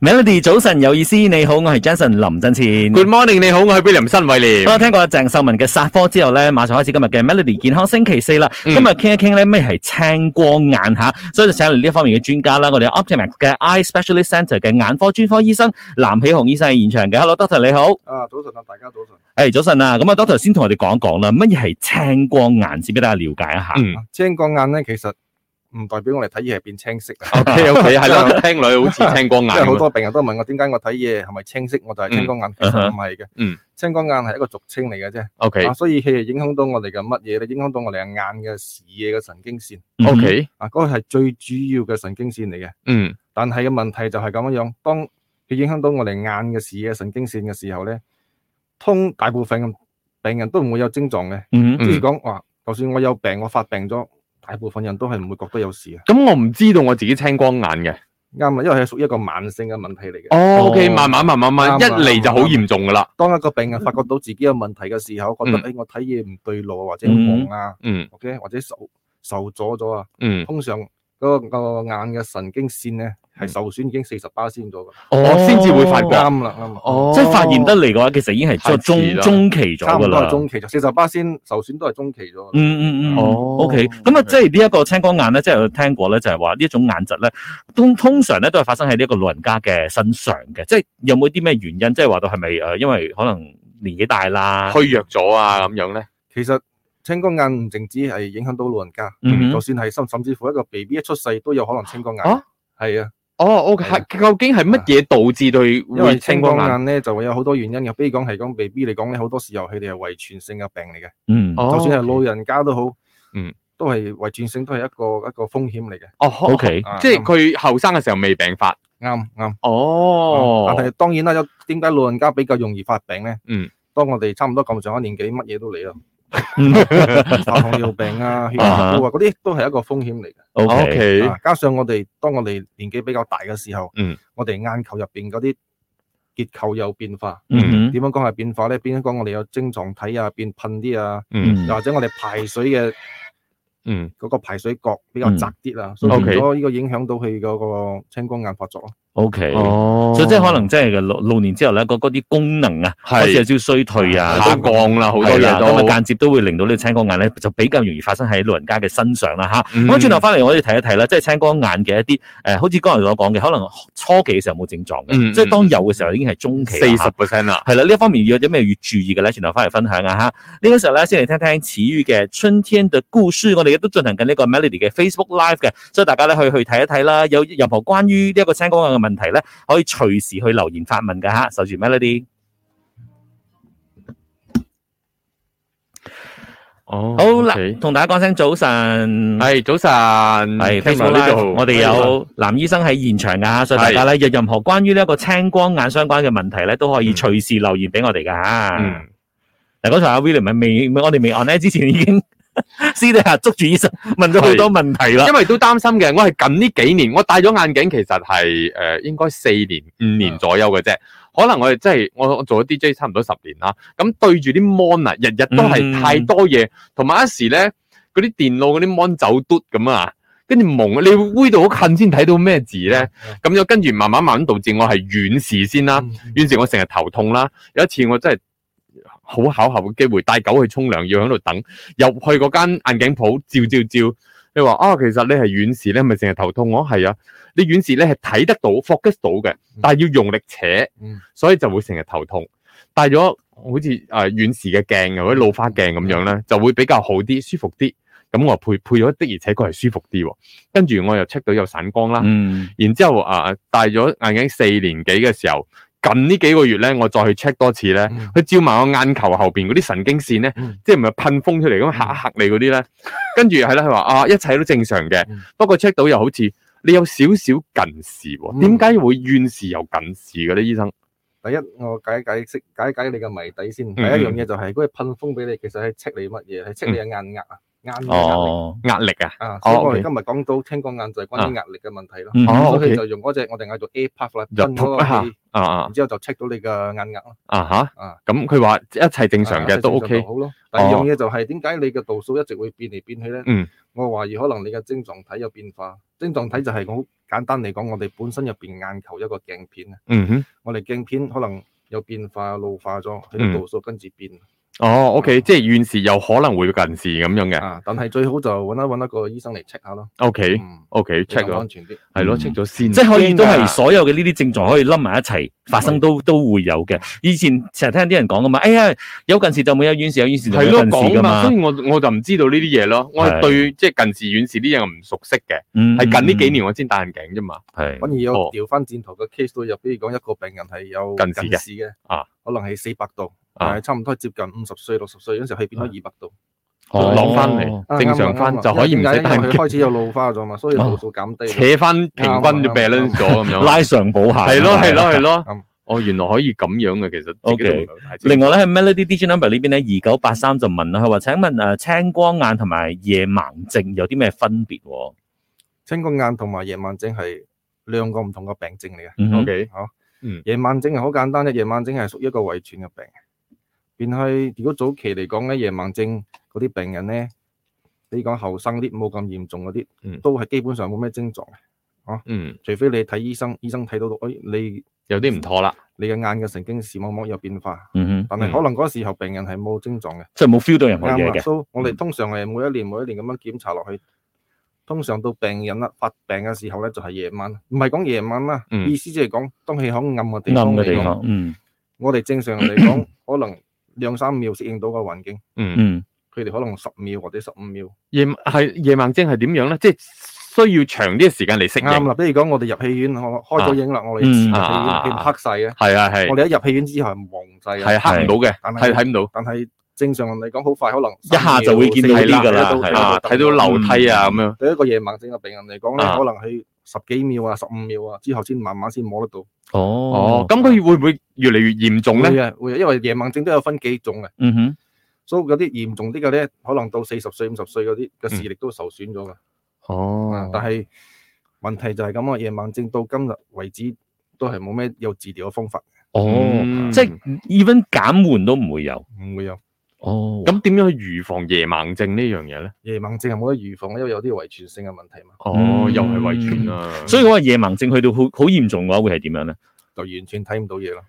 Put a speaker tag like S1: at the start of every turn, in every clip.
S1: Melody 早晨有意思，你好，我係 Jason 林振前。
S2: Good morning，你好，我係 William 新偉廉
S1: 好。啦，聽過鄭秀文嘅殺科之後咧，馬上開始今日嘅 Melody 健康星期四啦。今
S2: 嗯
S1: 日傾一傾咧咩係青光眼吓，所以就請嚟呢一方面嘅專家啦。我哋 Optimax 嘅 Eye Specialist Centre 嘅眼科專科醫生藍喜雄醫生喺現場嘅。Hello，Doctor 你好。
S3: 啊，早晨啊，大家早晨。
S1: 誒，早晨啊。咁啊，Doctor 先同我哋講一講啦，乜嘢係青光眼先俾大家了解一下。
S2: 嗯
S3: 青光眼咧，其實唔代表我哋睇嘢係變清晰嘅，
S2: ，OK OK，係啦，聽女好似青光眼
S3: 因為好
S2: 咁啊。
S3: 多病人都問我點解我睇嘢係咪清晰，我就係青光眼，其
S1: 嗯
S3: 實唔係嘅。
S2: 嗯，
S3: 青光眼係一個俗稱嚟嘅啫。
S2: OK
S3: 啊，所以佢係影響到我哋嘅乜嘢咧？影響到我哋嘅眼嘅視野嘅神經線。
S1: 嗯
S2: OK，
S3: 啊，嗰個係最主要嘅神經線嚟嘅。
S2: 嗯
S3: 但係嘅問題就係咁樣樣，當佢影響到我哋眼嘅視野神經線嘅時候咧，通大部分嘅病人都唔會有症狀嘅。
S1: 嗯
S2: 嗯
S3: 即係講話，就算我有病，我發病咗，大部分人都係唔會覺得有事嘅。
S2: 咁我唔知道我自己青光眼嘅。
S3: 啱啊，因為係屬於一個慢性嘅問題嚟嘅。
S2: 哦，OK，
S1: 哦
S2: 慢慢慢慢慢，一
S3: 啱啊
S2: 嚟就好嚴重噶啦。
S3: 當一個病人發覺到自己有問題嘅時候，覺得
S2: 嗯
S3: 誒、哎我睇嘢唔對路啊，或者盲啊、
S2: 嗯
S3: o k 或者受受阻咗啊，
S2: 嗯，
S3: 通常嗰、個個眼嘅神經線咧係
S2: 嗯
S3: 受損已經四十巴先咗㗎。
S2: 我先至會發覺。
S3: 啱啦，啱啦。
S2: 哦
S1: 即係發現得嚟嘅話，其實已經係中
S2: 太遲啦
S1: 中期咗
S3: 差唔
S1: 㗎
S3: 多
S1: 啦
S3: 係。中期咗，四十巴先受損都係中期咗。
S1: 嗯嗯嗯，
S2: 哦
S1: o k 咁啊，即係呢一個青光眼咧，即係我聽過咧，就係話呢一種眼疾咧，通通常咧都係發生喺呢一個老人家嘅身上嘅，即係有冇啲咩原因？即係話到係咪誒，因為可能年紀大啦，
S2: 虛弱咗啊，咁樣咧，
S3: 其實青光眼唔淨止係影響到老人家，
S1: 嗯
S3: 就算係甚甚至乎一個 B B 一出世都有可能青光眼。
S2: 啊
S3: 係啊。
S2: 哦，OK，
S3: 係啊
S2: 係究竟係乜嘢導致佢
S3: 因為
S2: 會
S3: 青
S2: 青
S3: 光
S2: 光眼？
S3: 眼咧就會有好多原因嘅，比如講係講 B B 嚟講咧，好多時候佢哋係遺傳性嘅病嚟嘅，
S1: 嗯，
S2: 哦
S3: 就算係老人家都好，
S2: 嗯，
S3: 都係遺傳性都係一個一個風險嚟嘅，
S2: 哦
S1: OK
S3: 啊
S2: 即係佢後生嘅時候未病發。
S3: 啱啱。
S2: 哦
S3: 但係當然啦，有點解老人家比較容易發病咧？
S2: 嗯，
S3: 當我哋差唔多咁上下年紀，乜嘢都 嚟啦，
S1: 嗯
S3: 化糖尿病啊、血壓高啊，嗰啲都係一個風險嚟嘅。
S1: ，OK，
S2: ，OK，
S3: 啊加上我哋當我哋年紀比較大嘅時候，
S2: 嗯，
S3: 我哋眼球入邊嗰啲結構有變化，
S1: 嗯
S3: 點樣講係變化咧？變咗講我哋有晶狀體啊，變噴啲啊。
S2: 嗯
S3: 又或者我哋排水嘅
S2: 嗯，
S3: 嗰個排水角比較窄啲啦，所以
S2: OK
S3: 變咗呢個影響到佢嗰個青光眼發作咯。
S1: ，OK。
S2: 哦
S1: 所以即係可能即係嘅老老年之後咧，嗰嗰啲功能啊，開始有
S2: 係
S1: 少少衰退啊，
S2: 下降啦，好多
S1: 係啦
S2: 嘢都
S1: 咁啊間接都會令到呢個青光眼咧，就比較容易發生喺老人家嘅身上啦吓。
S2: 嗯
S1: 咁轉頭翻嚟，我哋睇一睇啦，即係青光眼嘅一啲誒、呃好似剛才所講嘅，可能初期嘅時候冇症狀嘅，
S2: 嗯
S1: 即係當有嘅時候已經係中期
S2: 四十
S1: 啦。
S2: percent 啦。
S1: 係啦，呢一方面要有啲咩要注意嘅咧？轉頭翻嚟分享啊哈！呢個時候咧，先嚟聽聽始於嘅《春天的故事》，我哋亦都進行緊呢個 Melody 嘅 Facebook Live 嘅，所以大家咧去去睇一睇啦。有任何關於呢一個青光眼嘅問題咧，可以隨時去留言發問㗎吓，守住 Melody。
S2: 哦
S1: 好啦，同大家講聲早晨。
S2: 系早晨，
S1: 系
S2: 嗯聽
S1: Facebook
S2: 到呢
S1: Live，
S2: 度，
S1: 我哋有藍醫生喺現場噶，所以大家咧有任何關於呢一個青光眼相關嘅問題咧，都可以
S2: 嗯
S1: 隨時留言俾我哋噶吓。
S2: 嗯，
S1: 嗱，剛才阿 William 咪未，我哋未 on 咧之前已經 私底下捉住醫生問咗好多問題啦
S2: 因。為都擔心嘅，我係近呢幾年，我戴咗眼鏡，其實係诶、呃、应该四年五年左右嘅啫。可能我哋真係我我做咗 DJ 差唔多十年啦，咁對住啲 mon 啊，日日都
S1: 嗯
S2: 係太多嘢，同埋一時咧嗰啲電腦嗰啲 mon 走嘟咁啊，跟住蒙，你會到好近先睇到咩字咧，咁樣跟住慢慢慢慢導致我係遠視先啦。
S3: 嗯
S2: 於是我成日頭痛啦。有一次我真係好巧合嘅機會，帶狗去沖涼，要喺度等，入去嗰間眼鏡鋪照照照。你話啊，其實你係遠視咧，咪成日頭痛？我係啊，你遠視咧係睇得到、focus 到嘅，但係要用力扯
S3: 嗯，
S2: 所以就會成日頭痛。戴咗好似誒、呃、遠視嘅鏡或者老花鏡咁樣咧，就會比較好啲、舒服啲。咁我配配咗的而且確係舒服啲喎。跟住我又 check 到有散光啦。
S1: 嗯，
S2: 然之後啊，戴咗眼鏡四年幾嘅時候，近呢幾個月咧，我再去 check 多次咧，
S3: 嗯
S2: 佢照埋我眼球後邊嗰啲神經線咧，
S3: 嗯
S2: 即係唔係噴風出嚟咁嚇一嚇你嗰啲咧，跟住係啦，佢話啊一切都正常嘅
S3: 嗯，
S2: 不過 check 到又好似你有少少近視喎，
S3: 嗯
S2: 點解會遠視又近視嘅咧，醫生？
S3: 第一，我解解釋解解你嘅謎底先。
S2: 嗯
S3: 第一樣嘢就係嗰啲噴風俾你，其實係測你乜嘢？係測你嘅眼壓啊，眼嘅壓力
S1: 哦，
S2: 壓力啊，
S3: 啊。所以我
S2: 嗯 OK 啊
S3: 哋今日講到青光眼就係關於壓力嘅問題咯。
S1: 嗯
S2: 哦
S3: 所
S2: OK
S3: 以佢就用嗰隻我哋嗌做 A puff 啦，
S2: 就
S3: 噴嗰個
S2: 噗一
S3: 氣，
S2: 啊啊
S3: 然之後就 check 到你嘅眼壓咯。
S2: 啊
S3: 啊
S2: 吓，咁佢話一切正常嘅都
S3: 正常
S2: OK，哦
S3: 就好咯。第二樣嘢就係點解你嘅度數一直會變嚟變去咧？
S2: 嗯，
S3: 我懷疑可能你嘅症狀體有變化，即晶狀體就係好簡單嚟講，我哋本身入邊眼球一個鏡片啊，
S2: 嗯哼，
S3: 我哋鏡片可能有變化、老化咗，佢
S2: 嗯
S3: 啲度數跟住變
S2: 哦，OK，即係遠視有可能會近視咁樣嘅
S3: 啊。但係最好就揾一揾一個醫生嚟 check 下咯。
S2: ，OK，OK，check
S3: 嗯，比較
S2: 咗
S3: 安，全啲。
S2: 係咯
S1: 嗯
S2: ，check 咗先，
S1: 即係可以都係
S2: 驚㗎
S1: 所有嘅呢啲症狀可以冧埋一齊發生
S2: 啊
S1: 都都會有嘅。以前成日聽啲人講噶嘛，哎呀有近視就冇有遠視，有遠視就冇
S2: 係
S1: 有
S2: 咯
S1: 近視
S2: 講啊
S1: 噶
S2: 嘛，
S1: 嘛
S2: 所。以我我就唔知道呢啲嘢咯，我係
S1: 係
S2: 對即係近視遠視呢樣我唔熟悉嘅，
S1: 嗯
S2: 係近呢幾年我先戴眼鏡啫嘛，
S1: 係
S3: 反而有
S2: 哦
S3: 調翻轉頭嘅 case 都入，比如講一個病人係有
S2: 近視嘅
S3: 視嘅，
S2: 啊，
S3: 可能係四百度，
S2: 啊
S3: 但係差唔多係接近五十歲、六十歲嗰陣時候，係變咗二百度，
S1: 哦
S2: 攞翻
S3: 啊
S2: 嚟正常翻
S3: 啱啊
S2: 就可以唔
S3: 啱啊
S2: 使戴
S3: 因為
S2: 眼
S3: 佢
S2: 鏡，
S3: 開始有老花咗嘛，所以度數減低咗。
S2: 扯翻平均就
S3: 啱啊
S2: balance 咗咁樣。
S1: 拉上補下。
S2: 系咯系咯系咯
S3: 啱，
S2: 哦原來可以咁樣嘅，其實自己都唔係太知
S1: 另外咧喺 Melody DJ Number 呢邊咧，二九八三就問啦，佢話請問誒青光眼同埋夜盲症有啲咩分別喎？
S3: 青光眼同埋夜晚症係兩個唔同嘅病症嚟嘅。
S1: 嗯哼
S2: OK，
S3: 夜晚症係好簡單嘅，夜晚症係屬於一個遺傳嘅病。變係如果早期嚟講咧，夜晚症嗰啲病人咧，你講後生啲冇咁嚴重嗰
S2: 嗯
S3: 啲，都係基本上冇咩症狀嘅，
S2: 嗯，
S3: 除非你睇醫生，醫生睇到到，哎，你
S2: 有啲唔妥啦，
S3: 你嘅眼嘅神經視網膜有變化，
S1: 嗯哼，
S3: 但
S2: 嗯
S3: 係可能嗰時候病人係冇症狀嘅，
S1: 即係冇 feel 到任何嘢
S3: 啱啊。
S1: 嘅。
S3: 所以我哋通常係每一年每一年咁樣檢查落去，通常到病人啦發病嘅時候咧，就係夜晚，唔係講夜晚啦，
S2: 嗯
S3: 意思即係講當氣孔暗嘅地
S1: 暗
S3: 方
S1: 嘅
S3: 嚟
S1: 地
S3: 講
S1: 方，，嗯
S3: 我哋正常 嚟講可能兩三秒適應到個環境，
S2: 嗯，
S1: 嗯，
S3: 佢哋可能十秒或者十五秒。
S2: 夜系夜盲症係點樣咧？即係需要長啲嘅時間嚟適
S3: 啱
S2: 應，
S3: 啦，比如講我哋入戲院，我開咗影啦，我哋
S1: 嗯
S3: 入戲院
S2: 啊
S3: 戲院黑晒嘅，
S2: 係啊係
S3: 我哋一入戲院之後係蒙晒
S2: 係
S3: 嘅，
S2: 黑唔到嘅，
S3: 但係
S2: 係睇唔到。
S3: 但係正常嚟講好快可能
S1: 一下就會見到
S3: 三秒
S1: 啲㗎啦
S3: 四秒
S1: 係嗯
S2: 啊，睇到樓梯啊咁樣，
S3: 對一個夜盲症嘅病人嚟講咧，
S2: 啊
S3: 可能佢十幾秒啊、十五秒啊之後先慢慢先摸得到。
S2: 哦
S1: 哦，，
S2: 咁佢會唔會越嚟越嚴重咧？
S3: 會啊會啊，因為夜盲症都有分幾種嘅，
S1: 嗯哼，
S3: 所以嗰啲嚴重啲嘅咧，可能到四十歲、五十歲嗰啲嘅視力都受損咗㗎。啊
S2: 哦
S3: 但係問題就係咁啊，夜盲症到今日為止都係冇咩有治療嘅方法，
S1: 哦，
S2: 嗯
S1: 即係 even 減緩都唔會有。
S3: 唔會有。
S1: 哦，咁
S2: 咁點樣去預防夜盲症呢樣嘢咧？
S3: 夜盲症係冇得預防，因為有啲遺傳性嘅問題嘛，
S2: 哦，
S1: 嗯
S2: 又係遺傳啊，
S1: 所以我話夜盲症去到好好嚴重嘅話，會係點樣咧？
S3: 就完全睇唔到嘢啦。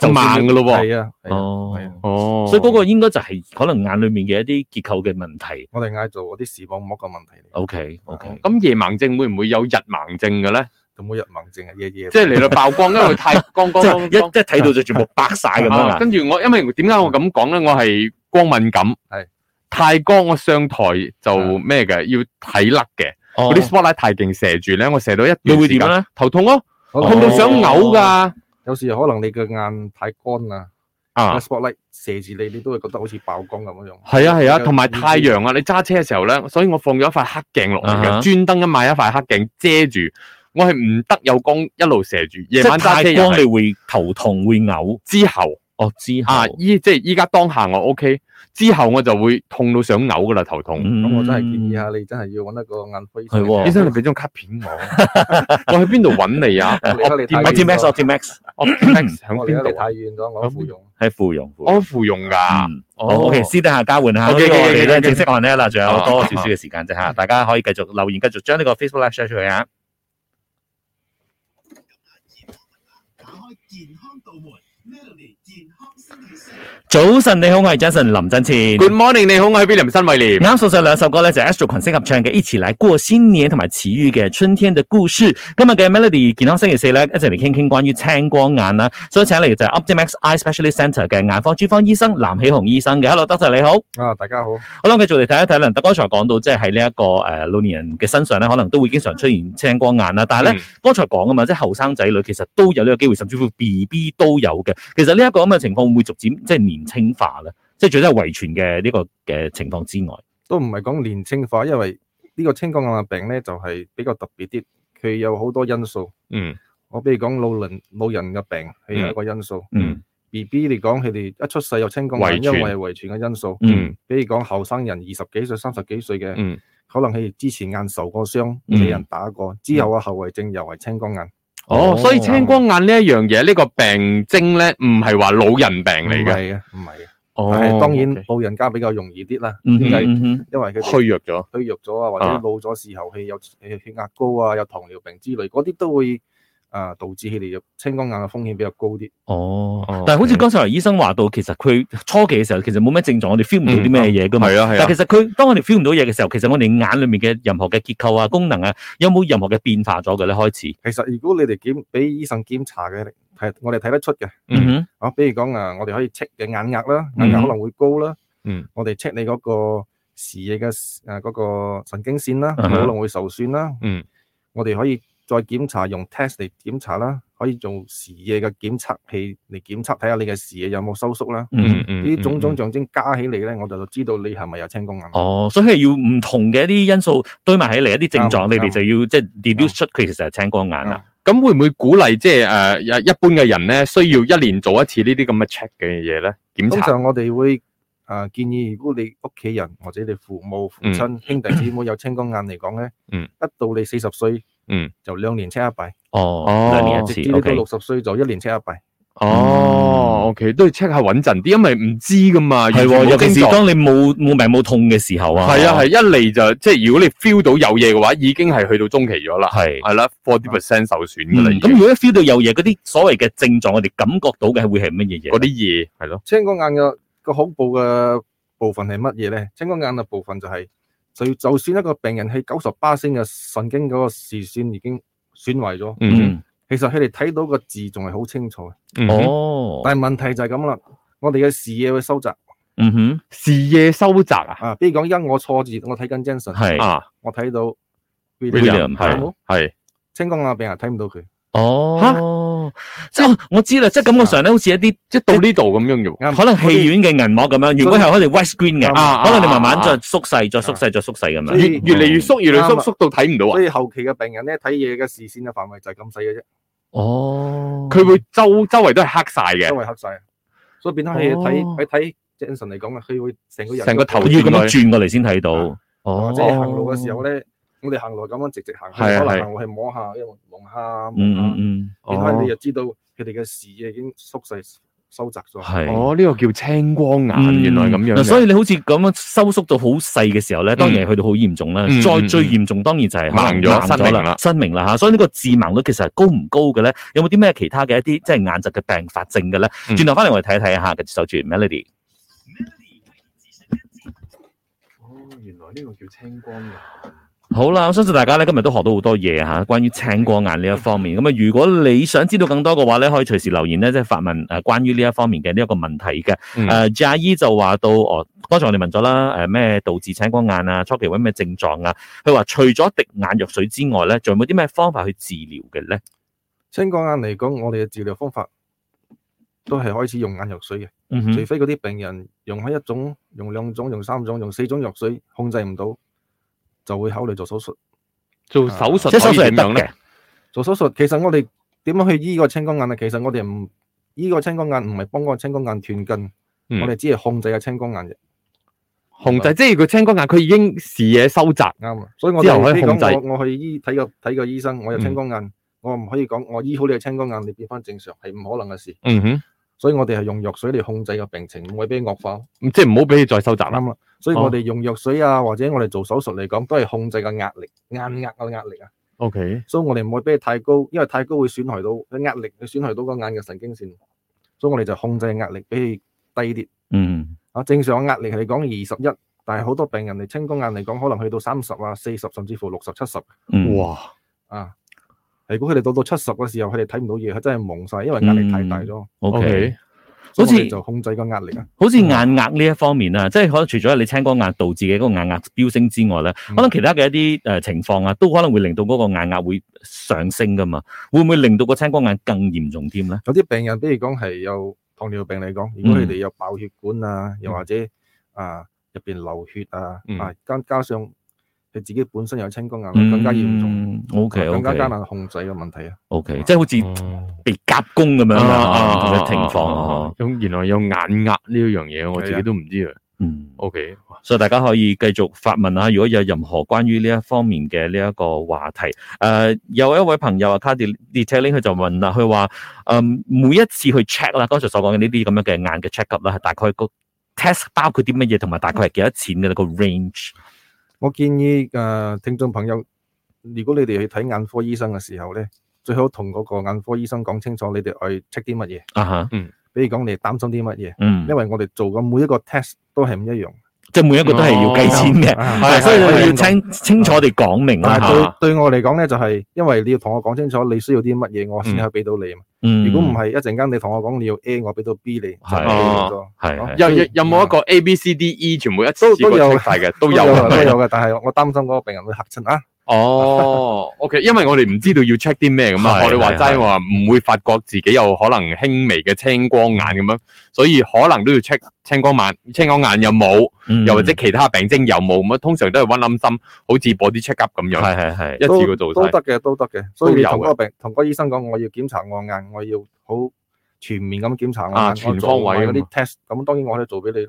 S2: 就盲噶咯喎。
S3: 係啊，係啊
S1: 哦
S3: 係啊
S2: 哦，
S1: 所以嗰個應該就係可能眼裏面嘅一啲結構嘅問題。
S3: 我哋嗌做嗰啲視網膜嘅問題嚟嘅，
S1: O K O K，
S2: 咁夜盲症會唔會有日盲症嘅咧？
S3: 就冇日盲症啊，夜夜
S2: 即係嚟到曝光，因為太 光
S1: 即
S2: 光
S1: 係
S2: 光
S1: 一即係睇到就全部白晒咁樣
S2: 光啊！
S1: 啦。
S2: 跟住我，因為點解我咁講咧？我係光敏感，
S3: 係
S2: 太光我上台
S1: 啊
S2: 就咩嘅，要睇甩嘅。
S1: 嗰
S2: 嗰啲 spotlight 太勁射住咧，我射到一
S1: 哦你
S2: 段
S1: 會
S2: 時
S1: 點啊哦
S2: 間
S1: 咧？
S2: 頭痛咯，
S3: 可能
S2: 痛到想嘔㗎。
S3: 有時可能你嘅眼太乾啦，
S2: 啊，
S3: spotlight 射住你，你都會覺得好似爆光咁樣樣。
S2: 係啊係啊，
S3: 有
S2: 同埋
S3: 啲
S2: 太陽啊，你揸車嘅時候咧，所以我放咗一塊黑鏡落嚟
S1: 啊哈
S2: 嘅，專登咁買一塊黑鏡遮住。我係唔得有光一路射住，夜
S1: 即
S2: 晚
S1: 係
S2: 揸
S1: 太
S2: 車又
S1: 光
S2: 係
S1: 你會頭痛會嘔。
S2: 之後。
S1: 哦，之後
S2: 啊，依即係依家當下我 OK，之後我就會痛到想嘔噶啦，頭痛。
S1: 嗯哦
S3: 咁我真係建議下你，真係要揾一個眼科醫
S1: 係喎
S2: 醫
S3: 生。
S2: 生，你俾張卡片我， 我去邊度揾 你啊？
S3: 我離開你太
S1: Optimax
S3: 遠咗
S1: Optimax
S2: 我 Max 響
S3: 我離
S2: 邊
S3: 開你
S2: 度
S3: 太
S2: 啊？
S3: 遠咗，我副用。
S1: 喺芙蓉。芙蓉
S2: 安芙蓉噶。
S1: 嗯好 OK，私
S2: 哦
S1: 底下交換下。
S2: OK，OK，OK，
S1: 呢個我哋咧
S2: OK，OK，
S1: 正式 on 咧啦，仲有
S2: 啊
S1: 多少少嘅時間啫嚇，大家可以繼續留言，繼續將呢個 Facebook Live share 出去啊。
S4: 打開健康道門，Melody 健康星期四。
S1: 早晨，你好，我係 Jason 林振前。
S2: Good morning，你好，我係 William 新偉廉。
S1: 啱送上兩首歌咧，就係 Astro 群星合唱嘅《一起來過新年》同埋齊豫嘅《春天的故事》。今日嘅 Melody 健康星期四咧，一齊嚟傾傾關於青光眼啦。所以請嚟就係 Optimax Eye Specialist Centre 嘅眼科專科醫生藍喜雄醫生嘅。Hello，doctor 你好。
S3: 啊，大家好。
S1: 好啦，繼續嚟睇一睇啦。特剛才講到即係喺呢一個誒老年人嘅身上咧，可能都會經常出現青光眼啦。但係咧，
S2: 嗯
S1: 剛才講啊嘛，即係後生仔女其實都有呢個機會，甚至乎 B B 都有嘅。其實呢一個咁嘅情況會唔會逐漸即係年青化咧？即係除咗係遺傳嘅呢個嘅情況之外，
S3: 都唔係講年青化，因為呢個青光眼病咧就係、比較特別啲，佢有好多因素。
S2: 嗯
S3: 我比如講老人老人嘅病，佢有一個因素。
S1: 嗯
S3: B B 嚟講，佢哋一出世有青光眼，
S2: 遺
S3: 因
S2: 傳
S3: 為係遺傳嘅因素。
S1: 嗯
S2: 嗯
S3: 比如講後生人二十幾歲、三十幾歲嘅，
S2: 嗯，
S3: 可能佢哋之前眼受過傷，
S1: 嗯
S3: 俾人打過，之後啊後遺症又係青光眼，
S2: 哦，所以青光眼呢一樣嘢，呢個病徵咧，唔係話老人病
S3: 唔係
S2: 嚟嘅。
S3: 嘅，唔係嘅。
S2: 哦
S3: 嗯但係當然
S2: OK
S3: 老人家比較容易啲啦，
S1: 嗯
S3: 點解
S1: 哼嗯哼
S3: 因為佢哋
S2: 虛弱咗。
S3: 虛弱咗啊，或者
S2: 啊
S3: 老咗視候氣有血血壓高啊，有糖尿病之類，嗰啲都會啊導致佢哋有青光眼嘅風險比較高啲。
S1: 哦
S2: 哦，
S1: 但係好似
S2: OK
S1: 剛才醫生話到，其實佢初期嘅時候其實冇咩症狀，我哋 feel 唔到啲咩嘢噶嘛。
S2: 係啊係
S1: 但
S2: 啊，
S1: 其實佢當我哋 feel 唔到嘢嘅時候，其實我哋眼裏面嘅任何嘅結構啊、功能啊，有冇任何嘅變化咗嘅咧？開始，
S3: 其實如果你哋檢俾醫生檢查嘅，係我哋睇得出嘅。
S1: 嗯哼，
S3: 啊，比如講啊，我哋可以 check 嘅眼壓啦，眼壓
S1: 嗯
S3: 可能會高啦。
S2: 嗯，
S3: 我哋 check 你嗰個視野嘅誒嗰個神經線啦，
S1: 嗯
S3: 可
S1: 哼
S3: 能會受損啦。
S2: 嗯，
S3: 我哋可以再檢查用 test 嚟檢查啦，可以做視野嘅檢測器嚟檢測睇下你嘅視野有冇收縮啦。
S1: 嗯。
S2: 嗯
S3: 呢啲種種象徵加起嚟咧，我就知道你係咪有青啊光眼。
S1: 哦，所以係要唔同嘅一啲因素堆埋起嚟，一啲症狀，
S3: 啱
S1: 你哋
S3: 啱
S1: 就
S2: 嗯
S1: 要即係 deduce 出佢其實係青光眼啦。
S2: 咁會唔會鼓勵即係誒一一般嘅人咧，需要一年做一次呢啲咁嘅 check 嘅嘢咧？檢
S3: 通
S2: 查
S3: 常我哋會啊、建議，如果你屋企人或者你父母、父親、兄弟姊妹有青光眼嚟講咧，
S2: 嗯
S3: 一到你四十歲，
S2: 嗯，
S3: 就兩年 check 一弊，
S1: 哦，
S2: 哦
S1: 兩年一
S3: 直
S1: 次
S3: 至到
S1: ，OK。
S3: 六十歲就一年 check 一弊。
S2: 哦，OK 都要 check 下穩陣啲，因為唔知噶嘛，
S1: 係
S2: 完
S1: 喎，
S2: 全冇
S1: 尤其是
S2: 症狀
S1: 當你冇冇病冇痛嘅時候啊。
S2: 係啊係，一嚟就即係如果你 feel 到有嘢嘅話，已經係去到中期咗啦，
S1: 係
S2: 係啦，forty percent 受損
S1: 嗯
S2: 㗎啦，已
S1: 咁
S2: 經
S1: 如果一 feel 到有嘢，嗰啲所謂嘅症狀，我哋感覺到嘅係會係乜嘢嘢？
S2: 嗰啲嘢係咯，
S3: 青光眼嘅個恐怖嘅部分係乜嘢咧？青光眼嘅部分就係、就就算一個病人喺九十八先嘅神經嗰個視線已經損壞咗，
S2: 嗯
S1: 嗯，
S3: 其實佢哋睇到個字仲係好清楚嘅，
S2: 嗯哼
S1: 哦，
S3: 但係問題就係咁啦，我哋嘅視野會收窄
S1: 嗯哼，
S2: 視野收窄啊
S3: 啊，比如講因我錯字，我睇緊 Jenson。
S1: 係
S2: 啊
S3: 我睇到
S1: William，係
S3: 好冇
S2: 係
S3: 青光眼病人睇唔到佢，
S1: 哦，即係我知啦，即係感覺上咧，好似一啲即係
S2: 到呢度咁樣嘅喎，
S3: 啱
S1: 可能戲院嘅銀幕咁樣，原本係可能 width screen 嘅，
S3: 啱
S2: 啊
S1: 可能你慢慢
S2: 啊
S1: 再縮細、再縮細、再縮細咁
S3: 所
S1: 樣。
S3: 以
S2: 越越嚟越縮，越嚟越
S3: 啱
S2: 縮
S3: 啊
S2: 縮到睇唔到啊
S3: 所！以後期嘅病人咧睇嘢嘅視線嘅範圍就係咁細嘅啫，
S1: 哦，
S2: 佢會周周圍都係黑晒
S3: 周
S2: 嘅，
S3: 圍黑晒，所以變咗佢睇
S2: 哦
S3: 佢睇 Jason 嚟講啊，佢會成個人
S2: 成個頭
S1: 要咁樣轉過嚟先睇到。
S3: 或
S1: 哦，
S3: 者行路嘅時候咧，我哋行路咁樣直直行，
S2: 係啊
S3: 可
S2: 係
S3: 能行路係摸下，因為望下，
S1: 嗯嗯
S3: 望下，
S1: 嗯，
S3: 變咗你
S2: 哦
S3: 就知道佢哋嘅視野已經縮細收窄咗。
S1: 係。
S2: 哦，呢個叫青光眼，
S1: 嗯
S2: 原來咁
S1: 嗱
S2: 樣嘅。
S1: 所以你好似咁樣收縮到好細嘅時候咧，當然係去到好嚴重啦。
S2: 嗯
S1: 再最嚴重當然就係可能
S2: 盲咗失明
S1: 啦
S2: 啦、
S1: 失明啦嚇。所以呢個致盲率其實係高唔高嘅咧？有冇啲咩其他嘅一啲即係眼疾嘅病發症嘅咧？
S2: 嗯
S1: 轉頭翻嚟我哋睇一睇下嘅，守住 Melody。
S2: 原來呢個叫青光眼。
S1: 好啦，我相信大家咧今日都學到好多嘢吓，關於青光眼呢一方面。咁啊，如果你想知道更多嘅話咧，可以隨時留言咧，即係發問誒關於呢一方面嘅呢一個問題嘅。
S2: 嗯
S1: 誒 j a e 就話到哦，剛才我哋問咗啦，誒咩導致青光眼啊，初期有咩症狀啊？佢話除咗滴眼藥水之外咧，仲有冇啲咩方法去治療嘅咧？
S3: 青光眼嚟講，我哋嘅治療方法都係開始用眼藥水嘅。
S1: 嗯
S3: 除
S1: 哼，
S3: 非嗰啲病人用開一種、用兩種、用三種、用四種藥水控制唔到，就會考慮做手術。
S2: 做啊手術
S1: 即係手術
S2: 可以
S1: 係
S2: 點
S1: 得
S2: 樣
S1: 嘅
S2: 咧？。
S3: 做手術其實我哋點樣去醫個青光眼啊？其實我哋唔醫個青光眼，唔係幫個青光眼斷根，
S2: 嗯
S3: 我哋只係控制個青光眼啫。
S2: 控制即係佢青光眼，佢已經視野收窄。
S3: 啱啊！所以我
S2: 之後可
S3: 哋
S2: 以
S3: 比如
S2: 控制
S3: 講我我去醫睇個睇個醫生，我有青光眼，我唔可以講我醫好你嘅青光眼，你變翻正常係唔可能嘅事。
S2: 嗯哼，
S3: 所以我哋係用藥水嚟控制個病情，唔會俾佢惡化。
S2: 即係唔好俾佢再收窄啦。
S3: 啱啦，所以
S2: 哦
S3: 我哋用藥水啊，或者我哋做手術嚟講，都係控制個壓力、眼壓個壓力啊。
S2: O K，
S3: 所以我哋唔會俾佢太高，因為太高會損害到佢壓力，會損害到個眼嘅神經線，所以我哋就控制壓力，俾佢低啲。
S1: 嗯，
S3: 啊，正常嘅壓力係講二十一，但係好多病人嚟青光眼嚟講，可能去到三十啊、四十，甚至乎六十、七十
S1: 嗯，
S2: 哇，
S3: 啊。如果佢哋到到七十嘅時候，佢哋睇唔到嘢，佢真係蒙晒，因為壓力太大咗。
S1: ，O K。
S3: 所以
S1: 好
S3: 我
S1: 似
S3: 哋就控制個壓力啊。
S1: 好似眼壓呢一方面啊，即係可能除咗你青光眼導致嘅嗰個眼壓飆升之外咧，
S3: 嗯
S1: 可能其他嘅一啲誒情況啊，都可能會令到嗰個眼壓會上升噶嘛，會唔會令到個青光眼更嚴重添咧？
S3: 有啲病人，比如講係有糖尿病嚟講，如果佢哋有爆血管啊，又或者啊入邊流血啊，
S2: 嗯
S3: 啊加加上佢自己本身有青光眼，更加嚴重。
S1: O K O
S3: 更加艱
S1: K
S3: 難控制嘅問題啊。
S1: O K，即係好似
S2: 嗯
S1: 被夾攻咁樣啊嘅情況啊，
S2: 咁嗯原來有眼壓呢樣嘢，我自己都唔知啊。
S1: 嗯。
S2: O K，
S1: 所以大家可以繼續發問啊！如果有任何關於呢一方面嘅呢一個話題，誒、有一位朋友啊 c a r d i Detailing 佢就問啦，佢話誒每一次去 check 啦，剛才所講嘅呢啲咁樣嘅眼嘅 check up 啦，大概個 test 包括啲乜嘢，同埋大概係幾多錢嘅咧個 range？
S3: 我建議誒、呃、聽眾朋友，如果你哋去睇眼科醫生嘅時候咧，最好同嗰個眼科醫生講清楚你哋去 check 啲乜嘢，
S1: 啊哈，
S3: 比如講你哋擔心啲乜嘢，
S1: 嗯
S3: 因，為我哋做嘅每一個 test 都係唔一樣。
S1: 即係每一個都係要計錢嘅。
S3: 啊
S1: 係，
S2: 係
S1: 所以
S3: 係
S1: 你要
S3: 係
S1: 清清楚地講明啦
S3: 但係
S1: 嚇。
S2: 啊
S3: 對對我嚟講咧，就係、因為你要同我講清楚你需要啲乜嘢，我先可以俾到你嘛。
S1: 嗯
S3: 如果唔係，一陣間你同我講你要 A，我俾到 B 你，就
S1: 係
S3: 係咯
S1: 係係
S3: 啊
S2: 有有有冇一個 A B C D E 全部一次過
S3: 都都有
S2: check 晒嘅？都
S3: 都
S2: 有
S3: 有
S2: 啊
S3: 嘅都有嘅，但係我擔心嗰個病人會嚇親啊。
S2: 哦，OK，因為 我哋唔知道要 check 啲咩咁啊，
S1: 係
S2: 我哋話
S1: 係係
S2: 齋話唔會發覺自己有可能輕微嘅青光眼咁樣，所以可能都要 check 青光眼，青光眼有冇，
S1: 嗯
S2: 又或者其他病徵有冇咁啊？通常都係温冧心，好似 body check up 咁嗯樣，
S1: 係係係
S2: 一次過做
S3: 都
S2: 晒。
S3: 得嘅，都得嘅。所以你
S2: 有
S3: 同
S2: 嘅
S3: 嗰個病同嗰個醫生講，我要檢查我眼，我要好全面咁檢查我眼，
S2: 啊
S3: 我
S2: 全
S3: 做
S2: 方位
S3: 我嗰
S2: 咁
S3: 啲 test。咁當然我可以做俾你。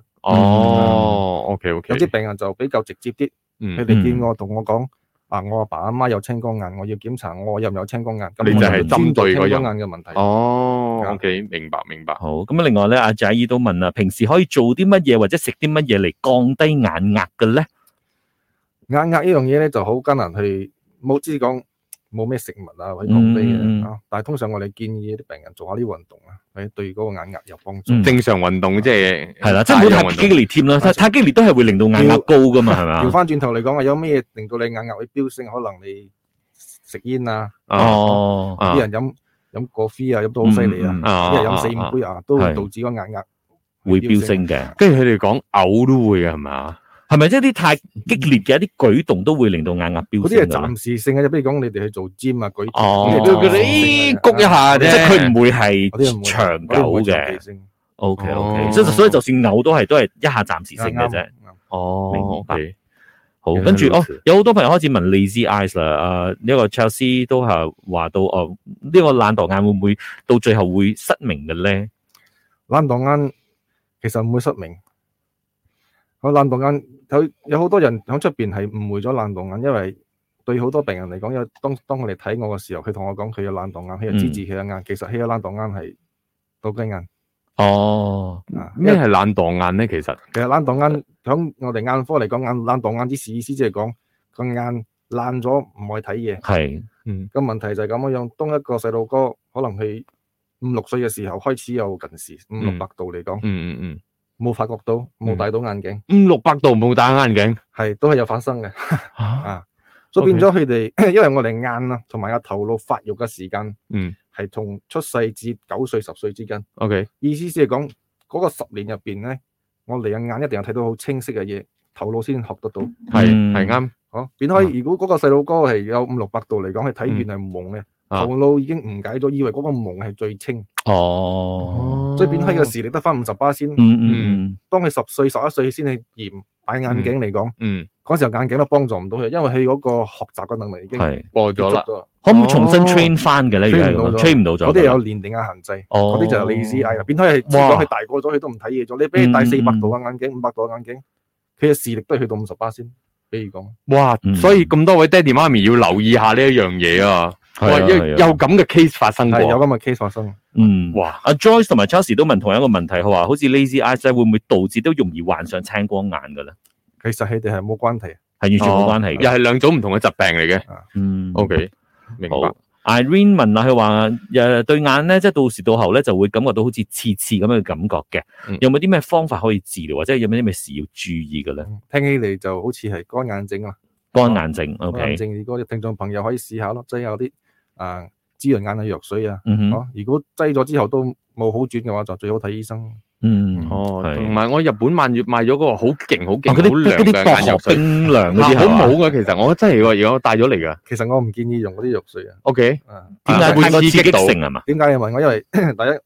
S2: 哦，OK OK，
S3: 有啲病人就比較直接啲，佢
S2: 嗯，
S3: 哋見我同我講啊，我阿爸阿媽有青光眼，我要檢查我有唔有青光眼。咁
S1: 你就係
S3: 我
S2: 針對嗰
S3: 專注青
S2: 人
S3: 光眼嘅問題。
S2: 哦
S3: 啊
S2: ，OK，明白明白。
S1: 好咁啊！另外咧，阿仔姨都問啦，平時可以做啲乜嘢或者食啲乜嘢嚟降低眼壓嘅咧？
S3: 眼壓呢樣嘢咧就好艱難去，冇知講冇咩食物啊，或者講咩
S1: 嗯嗯
S3: 嘅啊。但係通常我哋建議啲病人做下啲運動啊，係對嗰個眼壓有幫助。
S1: 嗯
S2: 正常運動即係
S1: 係啦，即係唔好
S2: 大量
S1: 太
S2: 運
S1: 激
S2: 動
S1: 烈添啦，太太激烈都係會令到眼壓高噶嘛，係咪
S3: 調
S1: 啊？
S3: 翻轉頭嚟講啊，有咩嘢令到你眼壓會飆升？可能你食煙啊，
S2: 啊
S1: 哦，
S2: 啊
S3: 啲人飲飲果啡啊，飲到好犀利啊，
S2: 啊
S3: 一日飲四五杯啊，都會
S1: 係
S3: 導致個眼壓
S1: 會飆。升嘅，
S2: 跟住佢哋講嘔都會嘅係嘛？
S1: 係咪即係啲太激烈嘅一啲舉動都會令到眼壓
S3: 嗰
S1: 飆
S3: 啲係
S1: 升㗎啦
S3: 暫時性嘅，比如講你哋去做 gym 啊，舉
S2: 哦佢
S3: 嗰啲係暫時性嘅
S2: 哋咦谷一下
S1: 即
S2: 啫
S1: 係佢唔會
S3: 嗰啲
S1: 係
S3: 唔會
S1: 長久
S3: 嗰啲唔會長
S1: 嘅
S3: 期。性
S1: O K O
S2: 哦
S1: K，所以所以就算嘔都係都係一下暫時性嘅啫。。
S2: 哦，OK，
S1: 好，
S2: 原來
S1: 跟住
S2: 如
S1: 哦
S2: 此，
S1: 有好多朋友開始問 lazy eyes 啦，啊、呢、個 Chelsea 都係話到哦，呢、個懶惰眼會唔會到最後會失明嘅咧？
S3: 冷凍眼其實唔會失明。個冷凍眼有有好多人喺出邊係誤會咗冷凍眼，因為對好多病人嚟講，有當當佢哋睇我嘅時候，佢同我講佢有冷凍眼，佢就支持佢嘅眼，其實佢嘅冷凍眼係倒雞眼
S1: 哦，
S3: 啊。因
S2: 咩
S3: 為
S2: 係懶惰眼咧？其實
S3: 其實冷凍眼響我哋眼科嚟講，眼冷凍眼之事意思即係講個眼爛咗唔愛睇嘢。
S1: 係，
S3: 個問題就係咁樣樣，當一個細路哥可能佢五六歲嘅時候開始有近視，五六
S2: 嗯
S3: 百度嚟講
S2: 嗯嗯
S3: 冇發覺到，冇戴到眼鏡，
S2: 嗯，五六百度冇戴眼鏡
S3: 係都係有發生嘅。
S2: 啊，
S3: 所
S2: OK
S3: 以變咗佢哋， 因為我哋眼啊，同埋個頭腦發育嘅時間
S2: 嗯
S3: 係從出世至九歲十歲之間，
S2: ，OK，
S3: 意思即係講嗰個十年入邊咧，我哋嘅眼一定係睇到好清晰嘅嘢，頭腦先學得到。
S2: 係
S1: 嗯
S2: 係啱
S3: 哦，變開如果嗰個細路哥係有五六百度嚟講，係睇遠係蒙嘅，
S2: 啊
S3: 頭腦已經誤解咗，以為嗰個蒙係最清，
S1: 哦，
S2: 哦
S3: 所以變開個視力得翻五十巴先。
S1: 嗯嗯
S3: 當佢十歲十一歲先去驗戴眼鏡嚟講，
S2: 嗯
S3: 嗰時候眼鏡都幫助唔到佢，因為佢嗰個學習嘅能力
S1: 嗯，
S3: 已經
S1: 係，
S2: 過
S3: 接
S2: 咗
S3: 觸
S2: 啦，
S3: 咗。
S1: 可唔可以重新 train 翻嘅咧？如果係咁樣
S3: train
S1: ，train 唔到咗，
S3: 嗰啲有年齡嘅限制，
S1: 哦，
S3: 嗰啲就係你意思係啦。變咗係，只
S1: 哇
S3: 講佢大個咗，佢都唔睇嘢咗。你俾佢戴四百度嘅眼鏡、五百度嘅眼鏡，佢嘅視力都係去到五十八先。比如講，
S2: 哇
S1: 嗯！
S2: 所以咁多位爹哋媽咪要留意下呢一樣嘢啊，
S1: 係
S2: 哇，
S1: 啊
S2: 因為
S1: 係
S2: 有
S1: 啊
S2: 咁嘅 case 發生
S3: 係有
S2: 過，
S3: 咁嘅 case 發生。
S1: 嗯。
S2: 哇！
S1: 阿 Joyce 同埋 Chelsea 都問同一個問題，佢話好似 lazy eyes 咧會唔會導致都容易患上青光眼嘅咧？
S3: 其實佢哋係冇關係。
S1: 係完全冇關係
S2: 又
S1: 嘅。
S2: 係兩種唔同嘅疾病嚟嘅。
S1: 嗯
S2: OK，明白
S1: 好。Irene 問啦，佢話誒對眼咧，即係到時到後咧就會感覺到好似刺刺咁嘅感覺嘅
S2: 嗯，
S1: 有冇啲咩方法可以治療，或者有冇啲咩事要注意
S2: 哦
S1: 嘅咧？
S3: 聽起嚟就好似係乾眼症啊。
S1: 乾眼症
S3: 乾眼
S2: 哦
S1: ，OK，
S3: 症，如果啲聽眾朋友可以試下咯，即係有啲啊滋潤眼嘅藥水啊。
S1: 嗯哼，
S3: 哦，如果擠咗之後都冇好轉嘅話，就最好睇醫生。
S1: 嗯，
S2: 哦，
S1: 係
S2: 同埋我日本買買咗個好勁、好勁、
S1: 啊嗰
S2: 好
S1: 啲
S2: 涼
S1: 嗰
S2: 嘅眼
S1: 啲
S2: 藥
S1: 薄荷
S2: 水，
S1: 冰涼嗰啲
S2: 好
S1: 係嘛
S2: 冇啊嘅。其實我真係喎，而我帶咗嚟噶。
S3: 其實我唔建議用嗰啲藥水啊。
S2: OK，
S3: 啊，
S1: 點解
S2: 啊會
S1: 太過刺
S2: 刺
S1: 激
S2: 激到
S1: 性係嘛？
S3: 點解你問我？因為 第一，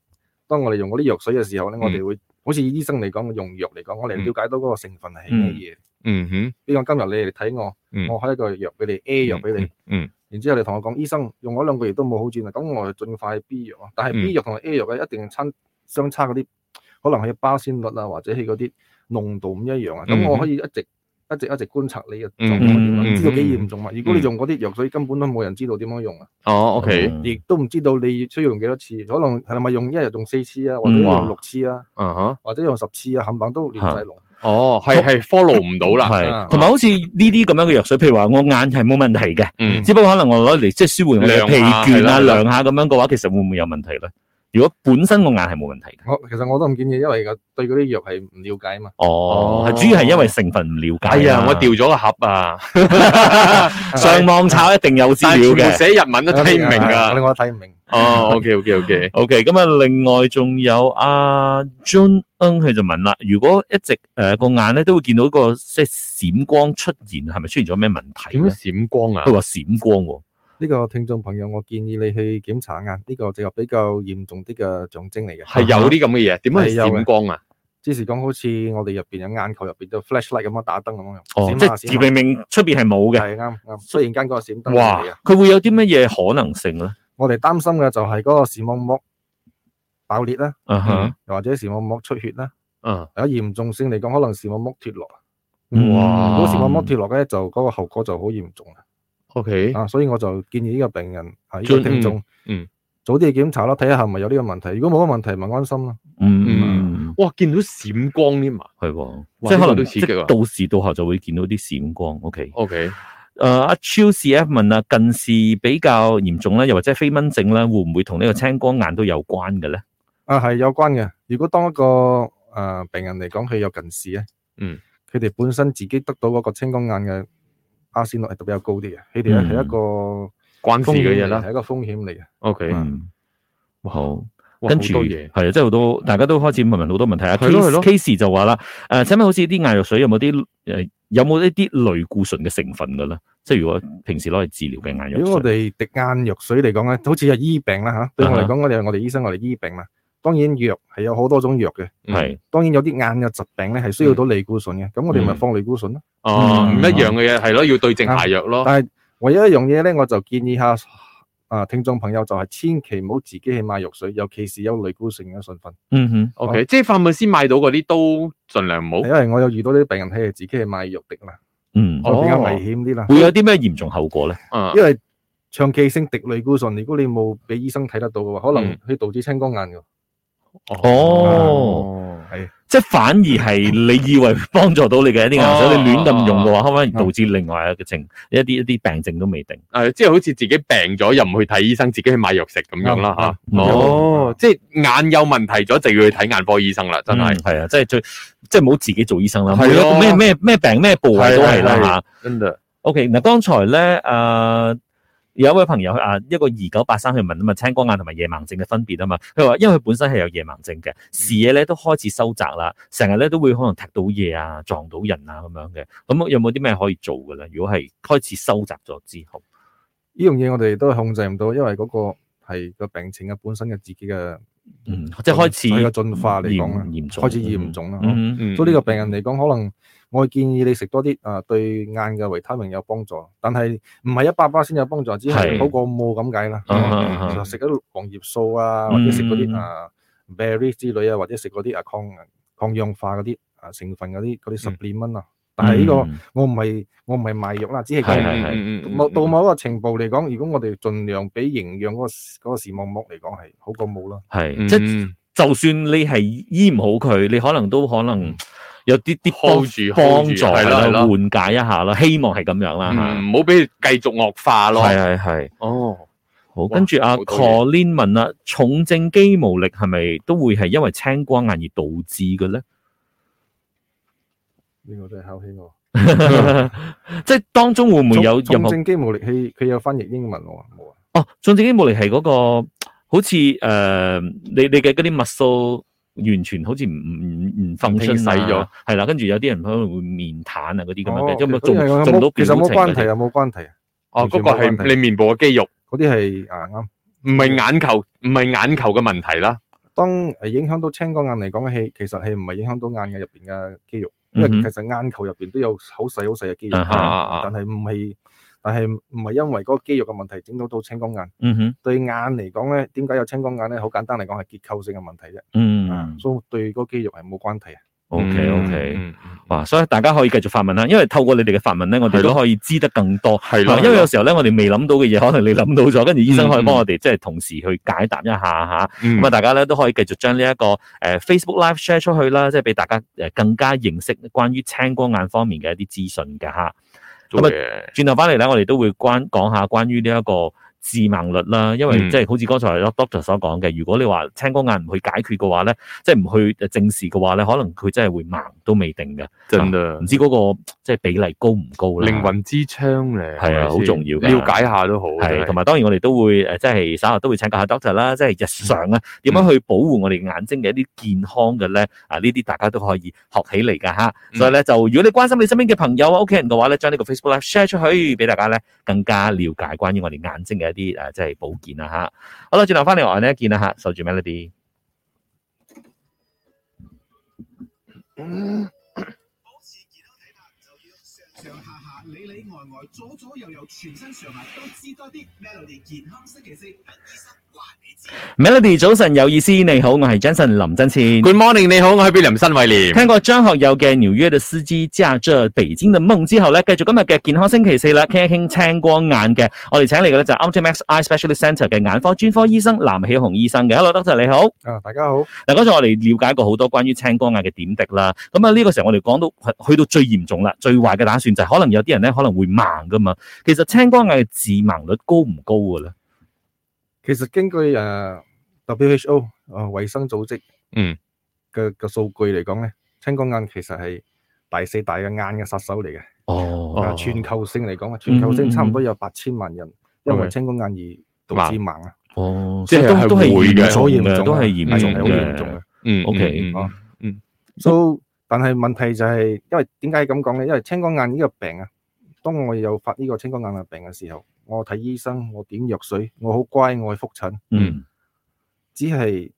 S3: 當我哋用嗰啲藥水嘅時候咧，我哋會好似醫生嚟講，用藥嚟講，我哋了解到嗰個成分係咩嘢。
S2: 嗯哼，
S3: 比如講今日你嚟睇我，
S2: 嗯
S3: 我開一個藥俾你 A 藥俾你，
S2: 嗯，
S3: 然之後你同我講，醫生用咗兩個月都冇好轉啊，咁我就盡快 B 藥啊。但係
S2: 嗯
S3: B 藥同埋 A 藥嘅一定差相差嗰啲，可能係巴仙率啊，或者係嗰啲濃度唔一樣啊。咁
S2: 嗯
S3: 我可以一直一直一直觀察你嘅
S2: 嗯
S3: 狀況點
S1: 嗯
S3: 啊，知道幾
S2: 嗯
S3: 嚴重啊。如果你用嗰啲藥水，根本都冇人知道點樣用啊，
S2: 哦，OK，
S1: 嗯
S3: 亦都唔知道你需要用幾多次，可能係咪用一日用四次啊，或者
S1: 嗯
S2: 哇
S3: 用六次啊，
S2: 啊哈，
S3: 或者用十次啊，冚唪唥都亂晒龍。
S2: 哦，係 係 follow 唔到啦，
S1: 係
S3: 啊
S1: 同埋好似呢啲咁樣嘅藥水，譬如話我眼係冇問題嘅，
S2: 嗯，
S1: 只不過可能我攞嚟即係舒緩我嘅疲倦啊、
S2: 量下係啦
S1: 量下咁樣嘅話，其實會唔會有問題咧？如果本身個眼係冇問題嘅，
S3: 我其實我都唔建議，因為個對嗰啲藥係唔了解啊嘛。
S1: 哦，
S2: 哦
S1: 係主要係因為成分唔了解。啊
S2: 哎呀，我掉咗個盒啊，
S1: 上網炒一定有資
S2: 但
S1: 料
S2: 係全
S1: 嘅
S2: 部。寫日文都睇唔明
S3: 我
S2: 啊，
S3: 哋我睇唔明。
S2: 哦，OK OK OK，
S1: O K，咁啊，另外仲有阿 John Ng 佢就問啦，如果一直誒個、眼咧都會見到個即係閃光出現，係咪出現咗咩問題
S2: 點
S1: 咧？
S2: 閃光啊
S1: 佢？話閃光喎、
S3: 呢個聽眾朋友，我建議你去檢查眼，呢個就比較嚴重啲嘅象徵嚟嘅。
S2: 係有啲咁嘅嘢，點樣啊係閃光啊？
S3: 之前講好似我哋入邊嘅眼球入邊嘅 flashlight 咁樣打燈咁樣，
S1: 哦，
S3: 閃
S1: 即
S2: 啊
S3: 下
S1: 係明明出邊係冇嘅，
S3: 係啱啱。忽然間嗰個閃燈
S2: 哇
S3: 嚟嘅，
S1: 佢會有啲乜嘢可能性咧？
S3: 我哋擔心嘅就係嗰個視網膜爆裂啦，
S1: 啊哈，
S3: 又或者視網膜出血啦。
S2: 嗯，
S3: 有嚴重性嚟講，可能視網膜脱落。
S1: 嗯
S2: 哇
S3: 如果視網膜脱落咧，就嗰個後果就好嚴重啦。
S2: ，OK，
S3: 啊，所以我就建議呢個病人啊，呢個聽眾，
S2: 嗯嗯，
S3: 早啲去檢查啦，睇下係咪有呢個問題。如果冇乜問題，咪安心啦。
S1: 嗯嗯
S2: 嗯，哇，見到閃光添啊
S1: 係喎，即
S2: 哇
S1: 係
S2: 呢個
S1: 可能
S2: 都
S1: 即
S2: 刺激
S1: 係
S2: 啊
S1: 到時到後就會見到啲閃光。O K，
S2: ，OK，
S1: 誒呃阿 Chiu C F 問啊，近視比較嚴重咧，又或者飛蚊症咧，會唔會同呢個青光眼都有關嘅咧？
S3: 啊，係有關嘅。如果當一個诶、呃病人嚟講，佢有近視咧，
S2: 嗯，
S3: 佢哋本身自己得到嗰個青光眼嘅阿仙率係比較高啲嘅，佢哋咧
S1: 嗯
S3: 係一個
S2: 關事
S3: 風
S2: 嘅
S3: 險
S2: 嘢
S3: 嚟嘅，
S2: 啦
S3: 係一個風險嚟嘅。
S2: ，OK，
S1: 嗯，好。
S2: 哇
S1: 跟
S2: 好
S1: 住
S2: 多嘢
S1: 係。啊，即係好多大家都開始問問好多問題啊。
S2: 係咯係
S1: Case
S2: 咯
S1: Case 就話啦，誒請問好似啲眼藥水有冇啲誒有冇一啲類固醇嘅成分嘅咧？即係如果平時攞嚟治療嘅眼
S3: 如果
S1: 藥
S3: 我
S1: 水，
S3: 哋滴眼藥水嚟講咧，好似係醫病啦吓、對我嚟講，我哋我哋醫生我哋醫病啦。當然藥係有好多種藥嘅，
S2: 嗯
S1: 係
S3: 當然有啲眼嘅疾病咧係需要到類固醇嘅，咁我哋咪
S1: 嗯
S3: 放類固醇咯。
S2: 哦，唔
S1: 嗯
S2: 一樣嘅嘢係咯，要對症下藥咯。
S3: 但係唯一一樣嘢咧，我就建議下啊聽眾朋友就係千祈唔好自己去買藥水，尤其是有類固醇嘅成分。
S1: 嗯哼，
S2: O K，即係法務先買到嗰啲都盡量唔
S3: 係
S2: 好。
S3: 因為我有遇到啲病人，佢哋自己去買藥滴啦，
S1: 嗯，
S2: 哦
S3: 就比較危險啲啦。
S1: 會有啲咩嚴重後果咧？
S2: 嗯
S3: 因為長期性滴類固醇，如果你冇俾醫生睇得到嘅話，可能
S2: 嗯
S3: 佢導致青光眼嘅。
S1: 哦，
S3: 係
S1: 即係反而係你以為幫助到你嘅一啲眼藥水，
S2: 哦
S1: 你亂咁用嘅話，可能
S3: 哦
S1: 導致另外嘅情一啲一啲病症都未定。
S2: 誒，即係好似自己病咗又唔去睇醫生，自己去買藥食咁樣啦吓。
S1: 啱啱
S2: 哦，即係眼有問題咗就要去睇眼科醫生啦，真係。
S1: 係啊，即係最即係唔好自己做醫生啦。
S2: 嗯係咯
S1: 每一個咩咩咩病咩部位都係啦
S2: 係係
S1: 嚇。
S2: 真嘅。
S1: OK，嗱，剛才咧，誒、有一位朋友啊，一個二九八三去問啊嘛，青光眼同埋夜盲症嘅分別啊嘛，佢話因為佢本身係有夜盲症嘅，視野咧都開始收窄啦，成日咧都會可能踢到嘢啊、撞到人啊咁樣嘅，咁有冇啲咩可以做嘅咧？如果係開始收窄咗之後，
S3: 呢樣嘢我哋都控制唔到，因為嗰個係個病情嘅本身嘅自己嘅
S1: 嗯，即係開始
S3: 佢嘅進化嚟講
S1: 嚴
S3: 啦，
S1: 嚴重，
S3: 開始嚴重啦。
S1: 嗯，嗯，
S2: 嗯
S3: 所以呢個病人嚟講，可能我建議你食多啲啊，對眼嘅維他命有幫助，但係唔係一百巴先有幫助，只
S1: 係
S3: 係好過冇咁解啦。
S1: 嗯
S2: 嗯
S1: 嗯嗯
S3: 就食嗰啲黃葉素啊，或者食嗰
S1: 嗯
S3: 啲啊 berry 之類啊，或者食嗰啲啊抗抗氧化嗰啲啊成分嗰啲嗰啲十幾蚊啊。但係呢個
S1: 嗯
S3: 我唔係我唔係賣肉啦，只係
S1: 係
S3: 講
S1: 係
S2: 係
S3: 某到某一個程度嚟講，如果我哋盡量俾營養嗰個視嗰個視網膜嚟講係好過冇啦。
S1: 係即係
S2: 嗯
S1: 就算你係醫唔好佢，你可能都可能有啲啲幫
S2: hold 住
S1: 幫
S2: hold
S1: 助
S2: 住，
S1: 係
S2: 係啦
S1: 啦，
S2: 係啦，
S1: 緩解一下啦，希望係咁樣啦嚇。
S2: 嗯唔好俾佢繼續惡化咯。
S1: 係係係，
S2: 哦，
S1: 好。
S2: 哇
S1: 跟住阿
S2: 好多嘢
S1: Colin 問啦，重症肌無力係咪都會係因為青光眼而導致嘅咧？
S3: 呢個真係考起我。
S1: 即係當中會唔會有
S3: 重
S1: 任
S3: 重
S1: 何？
S3: 症肌無力器，佢有翻譯英文喎，冇啊？
S1: 哦，重症肌無力係嗰、個好似誒、呃你你嘅嗰啲 muscle 完全好似唔唔唔唔
S2: 清
S1: function 啊
S2: 洗咗，
S1: 係啦。跟住有啲人可能會面癱啊嗰啲咁樣嘅，因為
S3: 哦
S1: 做
S3: 嗰啲係
S1: 做唔到
S3: 其實冇
S1: 表
S3: 關
S1: 情
S3: 係
S1: 嘅。
S3: 啊，冇關係啊。
S2: 哦，
S3: 完全
S2: 嗰個
S3: 冇問題
S2: 係你面部嘅肌肉，
S3: 嗰啲係啊啱。
S2: 唔係眼球，唔係眼球嘅問題啦。
S3: 當誒影響到青光眼嚟講，係其實係唔係影響到眼嘅入邊嘅肌肉，因為
S1: 嗯哼
S3: 其實眼球入邊都有好細好細嘅肌肉，
S1: 啊哈
S2: 啊
S3: 但係唔係，但係唔係因為嗰個肌肉嘅問題整到到青光眼。
S1: 嗯哼，
S3: 對眼嚟講咧，點解有青光眼咧？好簡單嚟講係結構性嘅問題啫，啊
S1: 嗯
S3: 所以對嗰個肌肉係冇關係啊。
S1: ，OK OK。
S2: 嗯嗯嗯
S1: 哇！所以大家可以繼續發問啦，因為透過你哋嘅發問咧，我哋
S2: 係
S1: 都
S2: 咯
S1: 可以知得更多。
S2: 系咯，
S1: 啊因為有時候咧，我哋未諗到嘅嘢，可能你諗到咗，跟住醫生
S3: 嗯
S1: 可以幫我哋即係同時去解答一下吓。
S2: 嗯
S1: 咁啊，大家咧都可以繼續將呢一個誒 Facebook Live share 出去啦，即係俾大家誒更加認識關於青光眼方面嘅一啲資訊㗎吓。
S2: 做嘢
S1: 轉頭翻嚟咧，我哋都會關講下關於呢一個致盲率啦，因為
S2: 嗯
S1: 即係好似剛才 doctor 所講嘅，如果你話青光眼唔去解決嘅話咧，即係唔去正視嘅話咧，可能佢真係會盲都未定嘅，
S2: 真啊
S1: 唔，知嗰、個即係比例高唔高啦。
S2: 靈魂之窗嚟，
S1: 係啊
S2: 係咪先
S1: 好重要㗎
S2: 了解下都好，
S1: 係，
S2: 真
S1: 同
S2: 係
S1: 埋當然我哋都會誒，即係稍後都會請教下 doctor 啦，即係日常啊點樣去保護我哋眼睛嘅一啲健康嘅咧啊，呢啲大家都可以學起嚟㗎吓。
S2: 嗯
S1: 所以咧就如果你關心你身邊嘅朋友啊、屋企人嘅話咧，將呢個 Facebook Live share 出去俾大家咧更加了解關於我哋眼睛嘅一啲誒即係保健啊吓。好啦，轉頭翻嚟我哋咧見啦吓，守住 Melody。
S4: 保持健康體魄就要上上下下里里外外左左右右全身上下都知多啲 Melody 健康星期四等醫生話你知。
S1: Melody 早晨有意思，你好，我係 Jason 林真倩。
S2: Good morning，你好，我係 William 新偉廉。
S1: 聽過張學友嘅《紐約嘅司機駕着北京嘅夢》之後咧，繼續今日嘅健康星期四啦，傾一傾青光眼嘅。我哋請嚟嘅咧就係 Optimax Eye Specialist Centre 嘅眼科專科醫生藍喜雄醫生嘅。Hello，doctor 你好。
S3: 啊，大家好，
S1: 嗱，剛才我哋了解過好多關於青光眼嘅點滴啦。咁啊，呢個時候我哋講到去到最嚴重啦，最壞嘅打算就係可能有啲人咧可能會盲噶嘛。其實青光眼嘅致盲率高唔高嘅咧？
S3: 其實根據誒、呃 WHO 啊衞生組織
S2: 嗯
S3: 嘅嘅數據嚟講咧，青光眼其實係第四大嘅眼嘅殺手嚟嘅。
S1: 哦
S3: 啊，全球性嚟講啊，全球性差唔多有八千萬人因為青光眼而導致盲啊，
S1: 哦，
S2: 即係
S1: 所以都都係
S2: 係會嘅
S1: 嚴重
S3: 所以嚴
S1: 嘅，
S3: 重
S1: 都係
S3: 嘅
S1: 嚴重
S3: 係好嚴重
S1: 嘅
S3: 嘅。
S2: 嗯
S1: OK，
S2: 嗯嗯
S3: 哦 So，但係問題就係，因為點解咁講咧？因為青光眼呢個病啊，當我有發呢個青光眼嘅病嘅時候，我睇醫生，我點藥水，我好乖，我去覆診，
S1: 嗯
S3: 只係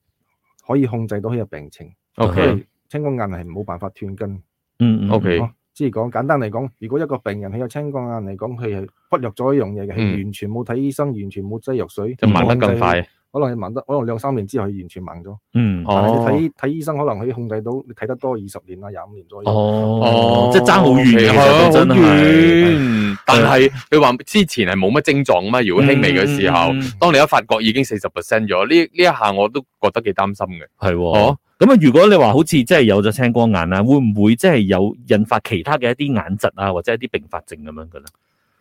S3: 可以控制到佢嘅病情，因
S2: OK，
S3: 為青光眼係冇辦法斷根。
S1: 嗯嗯
S2: OK
S3: 哦即係講簡單嚟講，如果一個病人佢有青光眼嚟講，佢係忽略咗一樣嘢嘅，
S2: 嗯
S3: 係完全冇睇醫生，完全冇劑藥水，
S2: 就盲得更快。
S3: 可能佢盲得，可能兩三年之後佢完全盲咗。
S1: 嗯
S3: 但係
S2: 哦
S3: 你睇睇醫生，可能可以控制到你睇得多二十年啦、廿五年左右。
S1: 哦，即係爭好遠嘅，其
S2: 係啊
S1: 實都真
S2: 好
S1: 係。
S2: 遠但係佢話之前係冇乜症狀嘛，如果輕微嘅時候，
S1: 嗯
S2: 當你一發覺已經四十 percent 咗，呢呢一下我都覺得幾擔心嘅。
S1: 係喎
S2: 哦。
S1: 咁啊，如果你話好似真係有咗青光眼啦，會唔會即係有引發其他嘅一啲眼疾啊，或者一啲併發症咁樣嘅咧？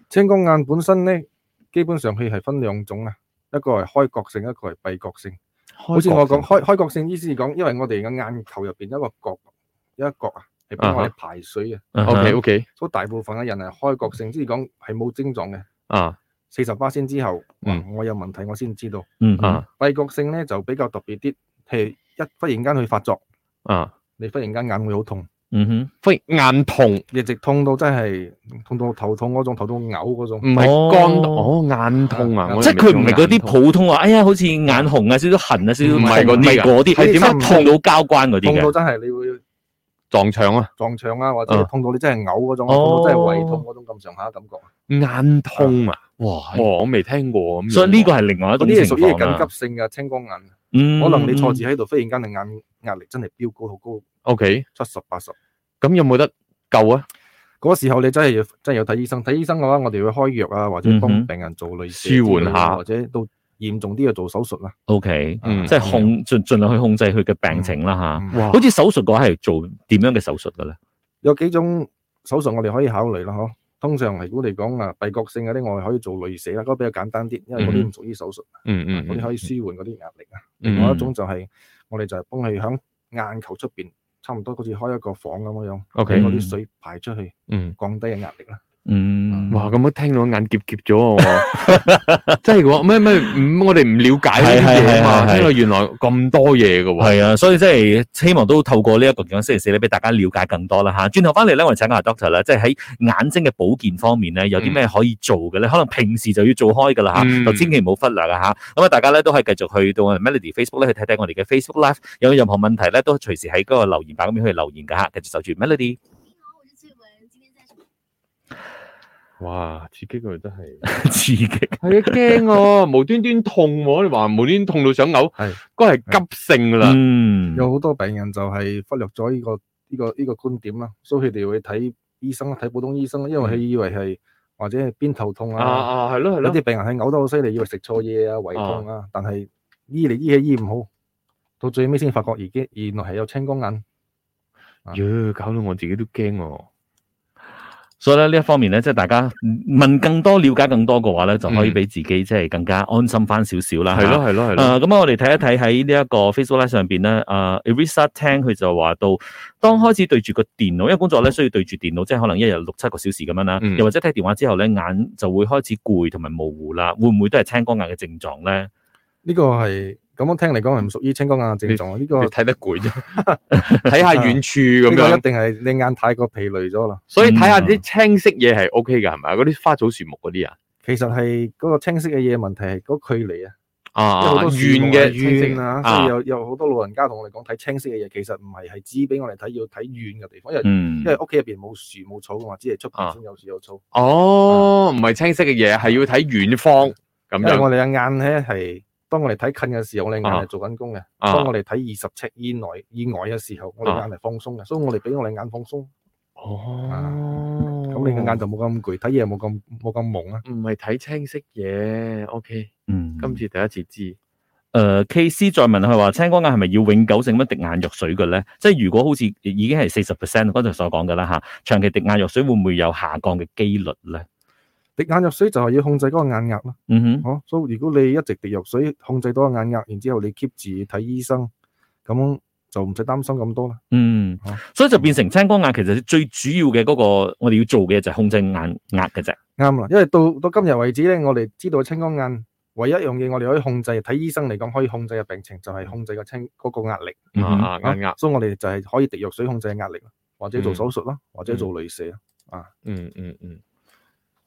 S3: 青光眼本身咧，基本上佢係分兩種啊，一個係開角性，一個係閉角性。好似我講開開角性，意思係講，因為我哋嘅眼球入邊有一個角，有一角啊，係俾我
S2: 啊
S3: 哋排水嘅。
S1: Uh-huh
S2: ，OK OK
S3: 所以大部分嘅人係開角性，即係講係冇症狀嘅。
S2: 啊
S3: 四十巴先之後，
S2: 嗯
S3: 哇我有問題我先知道。
S1: 嗯哼
S2: 啊
S3: 閉角性咧就比較特別啲，係一忽然間去發作，
S2: 啊，
S3: 你忽然間眼會好痛，
S1: 嗯哼，
S2: 忽然眼痛，
S3: 一直痛到真係痛到頭痛嗰種，頭到嘔嗰種
S2: 唔。係乾哦眼痛啊，
S3: 啊
S2: 我以
S1: 即
S2: 為
S1: 係佢唔係嗰
S2: 眼
S1: 啲
S2: 痛
S1: 普通話，哎呀，好似眼紅啊，少少痕啊，少少
S2: 唔係
S1: 痛
S2: 嗰啲
S1: 唔係
S2: 㗎
S1: 嗰啲，
S3: 係點啊
S1: 即係痛到交關嗰
S3: 痛
S1: 啲
S3: 到
S1: 嘅。
S3: 真係你會
S2: 撞牆啊，
S3: 撞牆啊，或者
S2: 啊
S3: 痛到你真係嘔嗰種，
S1: 哦
S3: 痛到真係胃痛嗰種咁上下嘅感覺。
S2: 眼痛啊，
S1: 哇
S2: 哇，！我未聽過咁樣。
S1: 所以呢個係另外一
S3: 嗰
S1: 種
S3: 啲係
S1: 情
S3: 屬於
S1: 況啦
S3: 緊。急性嘅青光眼，
S1: 嗯
S3: 可能你坐住喺度，忽然間你眼壓力真係飆高好高，
S2: OK，
S3: 七十八十。
S2: 咁有冇得救啊？
S3: 嗰時候你真係要真係要睇醫生，睇醫生嘅話，我哋會開藥啊，或者幫
S1: 嗯哼
S3: 病人做類似啊
S2: 舒緩下
S3: 或者到嚴重啲就做手術啦。啊
S1: OK，
S2: 嗯
S1: 即係控盡盡量去控制佢嘅病情啦吓。
S3: 嗯
S2: 哇
S1: 好似手術嘅話係做點樣嘅手術嘅咧？
S3: 有幾種手術我哋可以考慮啦，嗬。通常嚟估嚟講啊，閉角性嗰啲我哋可以做類死啦，嗰個比較簡單啲，因為嗰啲唔屬於手術，
S2: 嗯嗯，
S3: 嗰啲可以舒緩嗰啲壓力啊。
S2: 嗯
S3: 另外一種就係我哋就係幫佢響眼球出邊，差唔多好似開一個房咁樣，俾
S2: OK，
S3: 嗰啲水排出去，
S2: 嗯。
S3: 降低嘅壓力啦。
S1: 嗯，
S2: 哇！咁樣聽到眼澀澀咗啊我，真係喎，咩咩唔我哋唔了解呢
S1: 係
S2: 啲嘢啊
S1: 係係係
S2: 嘛，聽到原來咁多嘢嘅喎。
S1: 系啊，所以即係希望都透過呢一個健康星期四咧，俾大家了解更多啦吓。轉頭翻嚟咧，我哋請教下 doctor 啦，即係喺眼睛嘅保健方面咧，有啲咩可以做嘅咧？可能平時就要做開噶啦吓，
S2: 嗯
S1: 就千祈唔好忽略啊吓。咁啊，大家咧都可以繼續去到我哋 Melody Facebook 咧去睇睇我哋嘅 Facebook Live，有任何問題咧都隨時喺嗰個留言板咁樣去留言噶吓，繼續守住 Melody。
S5: 你好，我是翠文，今天在什么？
S2: 哇！刺激佢真係，
S1: 刺激，
S2: 係啊驚啊！無端端痛喎，你話無端端痛到想嘔
S3: 係，
S1: Ừ.
S2: 嗰係急性㗎啦。
S1: 嗯，
S3: 有好多病人就係忽略咗呢個呢呢、個呢、個觀點啦，所以佢哋會睇醫生啦，睇普通醫生啦，因為佢以為係或者係邊頭痛
S2: 啊
S3: 啊，
S2: 啊，系咯系
S3: 有
S2: 咯
S3: 啲，病人係嘔得好犀利，以為食錯嘢啊、胃痛啊，但係醫嚟醫去醫唔好，到最尾先發覺而家原來係有青光眼。
S2: 哟，搞到我自己都惊喎。
S1: 所以咧呢一方面咧，即係大家問更多、了解更多嘅話咧，就可以
S2: 嗯
S1: 俾自己即係更加安心翻少少啦。
S2: 系
S1: 嚇
S2: 咯系咯系
S1: 诶，
S2: 咯，
S1: 咁、我哋睇一睇喺呢一個 Facebook Live 上邊咧，誒 Erisa 聽佢就話到，當開始對住個電腦，因為工作咧需要對住電腦，即係可能一日六七個小時咁樣啦，
S2: 嗯
S1: 又或者睇電話之後咧，眼就會開始攰同埋模糊啦，會唔會都係青光眼嘅症狀咧？
S3: 呢個係咁樣聽嚟講係唔屬於青光眼嘅症狀，呢、個
S2: 你
S3: 呢
S2: 睇得攰 啫，睇下遠處咁
S3: 個一
S2: 樣，
S3: 定係你眼太過疲累咗啦。
S2: 所以睇下啲青色嘢係 O K 㗎，係咪？嗰啲花草樹木嗰啲啊，
S3: 其實係嗰個清晰嘅嘢問題係嗰個距離啊，
S2: 啊
S3: 因為好
S2: 啊
S3: 多
S2: 遠嘅
S3: 遠啊，
S2: 啊
S3: 所以有有好多老人家同我哋講睇清晰嘅嘢，其實唔係係指俾我哋睇，要睇遠嘅地方，因為、
S1: 嗯
S3: 因，為屋企入邊冇樹冇草嘅嘛，只係出邊先有樹有草。
S2: 哦，唔係青色嘅嘢，係要睇遠方咁
S3: 因為
S2: 樣
S3: 我哋嘅眼咧係當我哋睇近嘅時候，我哋眼
S2: 啊
S3: 係做緊工嘅；
S2: 啊
S3: 當我哋睇二十尺以內以外嘅時候，我哋眼係放鬆嘅，所以我哋俾我哋眼放鬆，
S2: 哦，
S3: 咁你嘅眼就冇咁攰，睇嘢冇咁冇咁朦啦。
S2: 唔係睇青色嘢，O K，
S1: 嗯，
S2: 今次第一次知，
S1: 誒、K 呃 C 再問佢話青光眼係咪要永久性咁樣滴眼藥水嘅咧？即係如果好似已經係四十 percent 嗰陣所講嘅啦嚇，長期滴眼藥水會唔會有下降嘅機率咧？
S3: 滴眼藥水就係要控制嗰個眼壓啦。
S1: 嗯哼，
S3: 哦，所以如果你一直滴藥水控制到個眼壓，然之後你 keep 住睇醫生，咁就唔使擔心咁多啦。
S1: 嗯
S2: 哦
S3: 好，
S1: 所以就變成青光眼其實最主要嘅嗰、個我哋要做嘅就係控制眼壓嘅啫。
S3: 啱啦，因為到到今日為止咧，我哋知道青光眼唯一一樣嘢我哋可以控制，睇醫生嚟講可以控制嘅病情就係控制個青嗰個壓力。
S1: 嗯哼
S2: 啊啊眼壓，
S3: 所以我哋就係可以滴藥水控制壓力啦，或者做手術啦，或者做镭射啊。
S2: 嗯嗯嗯哦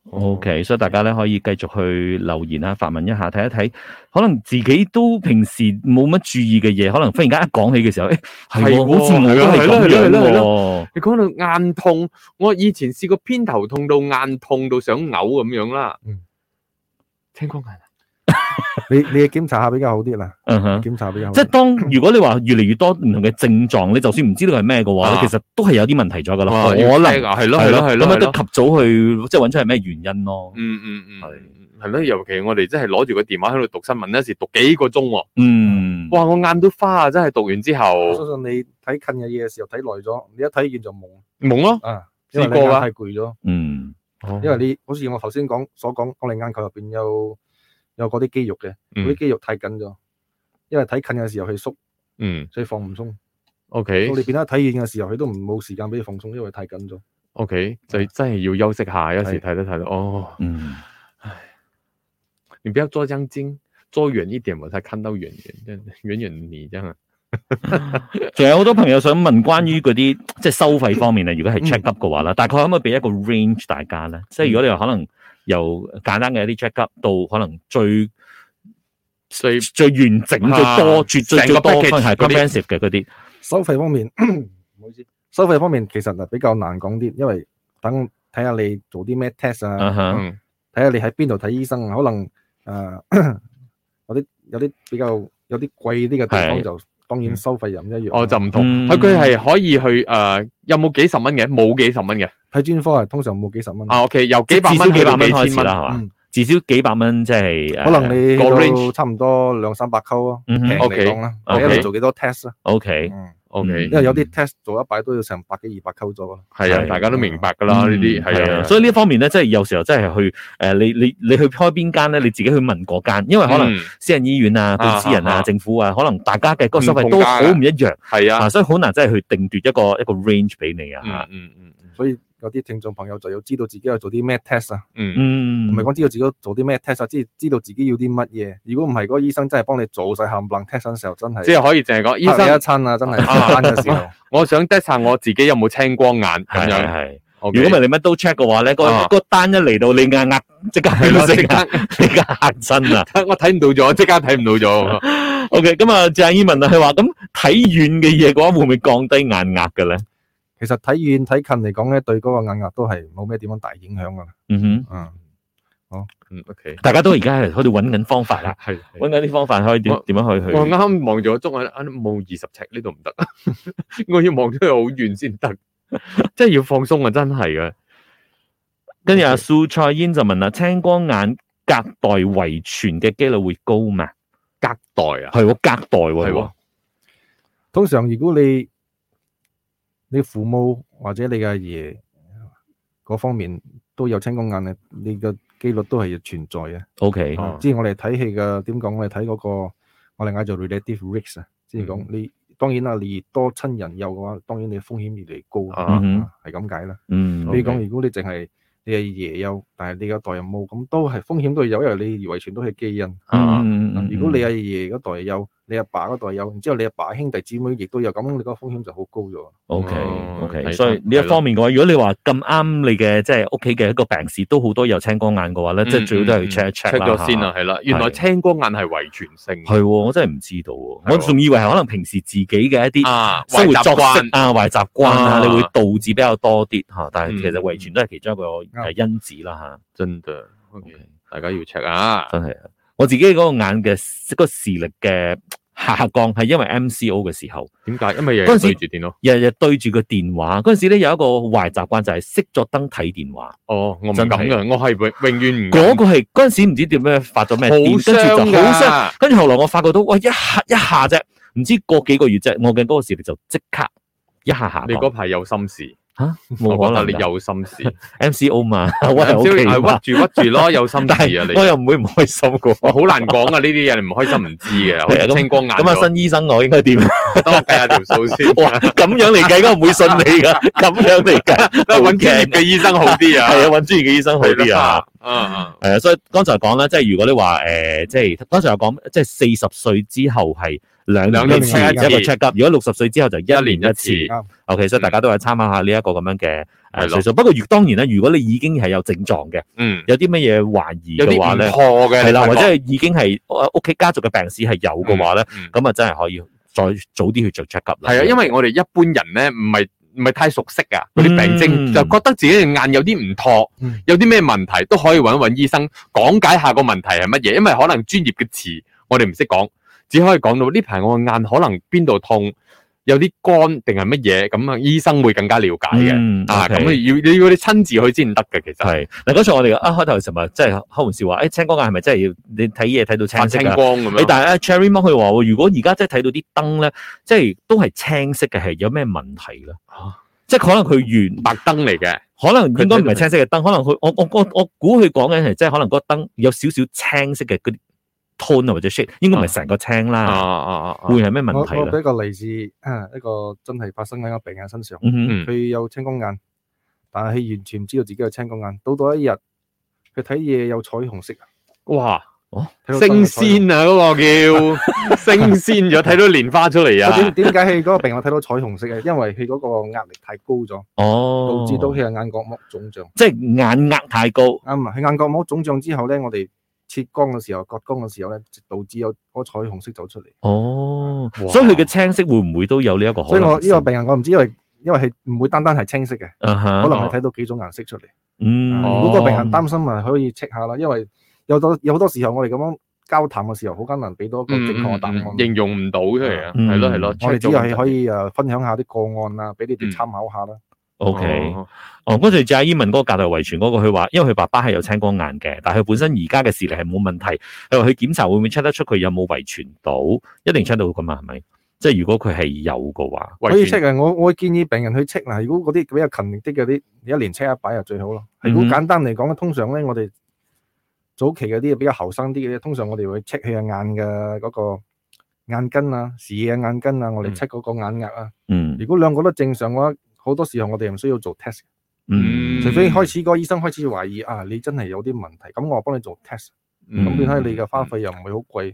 S1: O K，所以大家咧可以繼續去留言啊，發問一下，睇一睇，可能自己都平時冇乜注意嘅嘢，可能忽然間一講起嘅時候，誒係
S2: 係
S1: 喎，好似我都
S2: 喎
S1: 係
S2: 係咯
S1: 咁樣
S2: 係咯係
S1: 喎。
S2: 你講到眼痛，我以前試過偏頭痛到眼痛到想嘔咁樣啦。
S3: 嗯
S2: 青光眼啊
S3: 你你檢查下比較好啲啦，
S1: 嗯哼，
S3: 檢查比較好啲。
S1: 即係當如果你話越嚟越多唔同嘅症狀，你就算唔知道係咩嘅話，
S2: 啊
S1: 你其實都係有啲問題咗㗎啦，
S2: 哇
S1: 可
S2: 要
S1: 能
S2: check 啊係咯係咯係咯
S1: 咁啊
S2: 係
S1: 都
S2: 咯
S1: 及早去即係揾出係咩原因咯。
S2: 嗯嗯嗯，
S1: 係
S2: 係係咯，尤其我哋真係攞住個電話喺度讀新聞，有時讀幾個鐘喎，
S1: 嗯，
S2: 哇！我眼都花啊，真係讀完之
S3: 我
S2: 後
S3: 相信你睇近嘅嘢嘅時候睇耐咗，你一睇見就蒙
S2: 懵咯，
S3: 啊，因為
S2: 試
S3: 你
S2: 過
S3: 眼
S2: 㗎
S3: 太攰咗。
S1: 嗯，
S2: 哦
S3: 因為你好似我頭先講所講，我哋眼球入邊有有嗰啲肌肉嘅，
S2: 嗯
S3: 嗰啲肌肉太緊咗，因為睇近嘅時候佢縮，
S2: 嗯
S3: 所以放唔鬆。
S2: ，OK
S3: 到你變得睇遠嘅時候，佢都唔冇時間俾你放鬆，因為太緊咗。
S1: 啊
S2: OK，就真係要休息下，有時睇得睇得哦。
S1: 嗯，
S2: 你不要坐將近，坐遠一點，我才看到遠遠，這樣遠遠的你這樣啊。
S1: 仲有好多朋友想問關於嗰啲即係收費方面啊，如果係
S2: 嗯
S1: check up 嘅話啦，大概可唔可以俾一個 range 大家咧？即係如果你話可能由簡單嘅一啲 check up 到可能最
S2: 最
S1: 最完整、
S2: 嗯啊
S1: 最多、絕最
S2: 成個
S1: 最多
S2: package
S1: 係
S2: 嗰啲
S1: comprehensive 嘅嗰啲，
S3: 收費方 面，唔好意思，收費方面其實就比較難講啲，因為等睇下你做啲咩 test
S1: 啊
S3: 啊，
S1: 哈，
S2: 嗯
S3: 睇下你喺邊度睇醫生啊，可能誒、呃 有啲有啲比較有啲貴啲嘅地
S1: 係
S3: 方就當然收費又唔一樣啦。
S2: 哦就唔同，
S1: 嗯
S2: 佢佢係可以去誒、呃有冇幾十蚊嘅？冇幾十蚊嘅。
S3: 睇專科係通常冇幾十蚊。
S2: 啊，OK，由幾百
S1: 至
S2: 蚊
S1: 少幾
S2: 去
S1: 百
S2: 到
S1: 蚊
S2: 幾
S1: 開
S2: 千
S1: 始
S2: 蚊
S1: 啦，。係嘛
S3: 嗯？
S1: 至少幾百蚊即係
S3: 可能你
S2: 個
S3: 去到
S2: range
S3: 差唔多兩三百溝咯，
S1: 嗯
S3: 平
S1: 哼
S3: 嚟講啦，
S1: OK，
S3: 睇下
S1: OK
S3: 你做幾多 test 啦。
S1: OK，
S3: 嗯，
S2: OK，
S1: 嗯
S3: 因為有啲 test 做一百都要成百幾二百溝咗啦。
S2: 係啊，
S1: 係
S2: 大家都明白㗎啦，呢啲係啊，
S1: 嗯所以呢一方面咧，即係有時候真係去誒，你你你去開邊間咧，你自己去問嗰間，因為可能
S2: 嗯
S1: 私人醫院啊、到私人
S2: 啊啊
S1: 啊、
S2: 啊
S1: 政府啊，可能大家嘅嗰個收費都
S2: 唔同價
S1: 好
S2: 㗎
S1: 唔一樣。
S2: 係啊
S1: 啊，，所以好難真係去定奪一個一個 range 俾你啊
S2: 嗯
S1: 嚇。
S2: 嗯嗯嗯
S3: 所以有啲聽眾朋友就要知道自己要做啲咩 test 啊，
S2: 嗯，
S1: 嗯，
S3: 唔係講知道自己做啲咩 test 啊，知知道自己要啲乜嘢。如果唔係，嗰個醫生真係幫你做晒冚唪唥 test 嘅時候，真係
S2: 即係可以淨係講醫
S3: 黑你一
S2: 生，
S3: 餐啊，真係
S2: 啊
S3: 翻嘅時候。
S2: 我想 test 下我自己有冇青光眼咁
S1: 係係
S2: 樣。
S1: 係。
S2: OK
S1: 如果唔係你乜都 check 嘅話咧，
S2: 啊
S1: 嗰個單一嚟到你壓壓即 刻
S2: 係
S1: 係咯，
S2: 咯，即
S1: 即刻
S2: 刻
S1: 即刻嚇親啊！
S2: 我睇唔到咗，即刻睇唔到咗。
S1: OK，咁啊，鄭依文啊，佢話咁睇遠嘅嘢嘅話，會唔會降低眼壓嘅咧？
S3: 其實睇遠睇近嚟講咧，對嗰個眼壓都係冇咩點樣大影響噶啦。
S1: 嗯哼，
S3: 嗯，
S2: 嗯，OK，
S1: 大家都而家係喺度揾緊方法啦，
S2: 係係
S1: 揾緊啲方法可以點
S2: 我
S1: 點樣去去。
S2: 我啱啱望咗個鐘啊，冇二十尺呢度唔得， 我要望咗佢好遠 先得，即係要放鬆啊，真係嘅。
S1: 跟住阿蘇蔡煙就問啦，青光眼隔代遺傳嘅機率會高嘛？
S2: 隔代啊，
S1: 係喎，隔代喎，
S2: 係
S1: 係
S2: 喎
S1: 喎，
S3: 通常如果你你父母或者你嘅阿爺嗰方面都有青光眼嘅，你嘅機率都係存在嘅。
S1: OK，
S2: 哦
S3: 啊之前我哋睇戲嘅點講？我哋睇嗰個，我哋嗌做 relative risk 啊，即係講
S2: 嗯
S3: 你當然啦，你越多親人有嘅話，當然你風險越嚟越高
S2: 啊
S3: 啊，係咁解啦。
S1: 嗯
S3: 你
S2: OK
S3: 講如果你淨係你阿爺有，但係你嘅代人冇，咁都係風險都有，因為你遺傳都係基因。
S2: 啊，
S1: 嗯嗯
S3: 如果你阿爺嗰代有，你阿爸嗰代有，然之後你阿爸兄弟姊妹亦都有，咁你個風險就好高咗。
S1: OK
S2: 哦
S1: OK，
S2: 係
S1: 所以
S2: 係
S1: 呢一方面嘅話，如果你話咁啱你嘅即係屋企嘅一個病史都好多有青光眼嘅話咧，
S2: 嗯
S1: 即係最好都係
S2: 嗯
S1: check 一
S2: check
S1: check 啦
S2: 咗先啊，。係啦，原來
S1: 係
S2: 青光眼係遺傳性
S1: 係喎，我真係唔知道喎，
S2: 係喎
S1: 我仲以為係可能平時自己嘅一啲
S2: 啊，
S1: 生活
S2: 壞習
S1: 作息
S2: 慣
S1: 啊、壞習慣
S2: 啊
S1: 啊，你會導致比較多啲嚇，但
S2: 嗯
S1: 係其實遺傳都係其中一個誒因子啦嚇。
S2: 真嘅，OK，大家要 check 啊，
S1: 真係啊！我自己嗰個眼嘅嗰個視力嘅下降係因為 MCO 嘅時候，
S2: 點解？因為日
S1: 嗰
S2: 日
S1: 陣時
S2: 對住電腦。
S1: 日日對住個電話嗰陣時咧，有一個壞習慣就係熄咗燈睇電話。
S2: 哦，我唔敢
S1: 真係
S2: 噶，我係永永遠唔敢
S1: 嗰、個係嗰陣時唔知點樣發咗咩
S2: 嗯好
S1: 癲，跟住就
S2: 傷
S1: 好傷。
S2: 噶，
S1: 跟住後來我發覺到，哇！一下一下啫，唔知過幾個月啫，我嘅嗰個視力就即刻一下下降。
S2: 你嗰排有心事，
S1: 冇可
S2: 我
S1: 能
S2: 覺得你
S1: 㗎
S2: 有心事，
S1: MCO 嘛，我係啊 OK 嘛
S2: 係啊屈住屈住咯，有心
S1: 但
S2: 事啊你
S1: 係。我又唔會唔開心嘅
S2: 我
S1: 喎。
S2: 好難講啊！呢啲嘢你唔開心唔知嘅，好
S1: 係啊
S2: 似
S1: 咁
S2: 青光眼
S1: 咁啊，新醫生我應該點？
S2: 新等我計下條數先。
S1: 哇，咁樣嚟計，我唔會信你 㗎。咁樣嚟計，
S2: 都係
S1: 好
S2: 揾專業
S1: 驚
S2: 嘅醫生好啲啊，
S1: 系啊，揾專業嘅醫生好啲啊。
S2: 係啦！啊，
S1: 係啊，所以剛才講啦，即係如果你話诶、呃即係剛才有講，即係四十歲之後係兩
S2: 兩
S3: 年
S1: 年一次
S3: 一次
S1: 一個 check up，如果六十歲之後就一
S2: 一年
S1: 年
S2: 一
S1: 一次。
S2: 次嗯
S3: 啱
S1: OK，所以大家都係參考下呢一個咁樣嘅
S2: 係咯
S1: 诶歲數。不過，如當然啦，如果你已經係有症狀嘅，
S2: 嗯，
S1: 有啲乜嘢懷疑
S2: 有啲
S1: 嘅
S2: 唔
S1: 話咧，
S2: 錯嘅，
S1: 係啦，
S2: 你
S1: 或
S2: 發
S1: 者
S2: 覺
S1: 係已經係呃屋企家族嘅病史係有嘅話咧，
S2: 嗯
S1: 咁啊真係可以再早啲去做 check up 啦。
S2: 係啊，因為我哋一般人咧唔係唔係太熟悉啊嗰啲病徵，
S1: 嗯
S2: 就覺得自己隻眼有啲唔妥
S3: 嗯，
S2: 有啲咩問題都可以揾揾醫生講解下個問題係乜嘢，因為可能專業嘅詞我哋唔識講，只可以講到呢排我個眼可能邊度痛，有啲乾定係乜嘢，咁啊醫生會更加了解嘅。
S1: 嗯
S2: 啊，
S1: OK
S2: 咁你要你要你親自去先得嘅，其實
S1: 係嗱，剛才我哋一啊開頭尋日即係開玩笑話，誒青光眼係咪真係要你睇嘢睇到
S2: 發
S1: 青色
S2: 青
S1: 啊？
S2: 光咁
S1: 你
S2: 樣。
S1: 但係啊 Cherry Mon 佢話喎，如果而家即係睇到啲燈咧，即係都係青色嘅，係有咩問題咧？
S2: 啊
S1: 即係可能佢原
S2: 白燈嚟嘅，
S1: 可能應該唔係青色嘅燈，可能佢我我我我估佢講緊係即係可能嗰個燈有少少青色嘅嗰啲 tone 啊或者 shade，應該唔係成個青啦，
S2: 啊啊啊啊！
S1: 會係咩
S3: 我
S1: 問題
S3: 我
S1: 咧？
S3: 比較嚟自啊一個真係發生喺個病人身上，
S1: 嗯哼，
S2: 嗯
S3: 佢有青光眼，但係佢完全唔知道自己有青光眼。到到一日，佢睇嘢有彩虹色，啊
S2: 哇，
S3: 睇到燈
S2: 升
S3: 有彩虹
S2: 仙啊嗰個叫 升仙咗，睇到蓮花出嚟
S3: 我點
S2: 啊！
S3: 點解佢嗰個病我睇到彩虹色嘅？因為佢嗰個壓力太高咗，
S1: 哦
S3: 導，致到佢嘅眼角膜腫脹。
S1: 即係眼壓太高，
S3: 啱啊！佢眼角膜腫脹之後咧，我哋切光嘅時候、割光嘅時候咧，導致有嗰彩虹色走出嚟。
S1: 哦
S2: 哇，
S1: 所以佢嘅青色會唔會都有呢一個
S3: 所
S1: 可
S3: 以我
S1: 能
S3: 呢
S1: 性？
S3: 個病人我唔知，因為因為係唔會單單係青色嘅，
S1: 啊哈
S3: 可能係睇到幾種顏色出嚟。
S1: 嗯，
S3: 啊如果個病人擔心啊，可以 check 下啦，因為有多有好多時候我哋咁樣交談嘅時候，好艱難俾到一個
S2: 嗯
S3: 正確
S2: 嗯
S3: 嘅答案。
S2: 嗯形容唔到出嚟啊，
S1: 嗯
S2: 係咯係咯，
S3: 我哋只
S2: check
S3: 係
S2: 咗
S3: 可以誒分享下啲個案啊，俾你
S2: 嗯
S3: 哋參考下啦。
S1: O K。
S2: 哦
S1: 哦，嗰陣就阿伊文嗰個隔代遺傳嗰個，佢話因為佢爸爸係有青光眼嘅，但係佢本身而家嘅視力係冇問題。佢話佢檢查會唔會 check 得出佢有冇遺傳到？一定 check 到噶嘛，係咪？即係如果佢係有嘅話，
S2: 遺
S3: 可以
S2: 傳
S3: check 嘅，我我會建議病人去 check 嗱。如果嗰啲比較勤力啲嗰啲，一年 check 一擺就最好咯。如果
S1: 嗯哼
S3: 簡單嚟講咧，通常咧我哋早期嗰啲比較後生啲嘅咧，通常我哋會 check 佢嘅眼嘅嗰個眼根啊、視野嘅眼根啊，我哋
S2: 嗯
S3: check 嗰個眼壓啊。
S1: 嗯
S3: 如果兩個都正常嘅話，好多時候我哋唔需要做 test，
S1: 嗯，
S3: 除非開始個醫生開始懷疑啊，你真係有啲問題，咁我幫你做 test，
S1: 嗯
S3: 咁變睇你嘅花費又唔會好貴。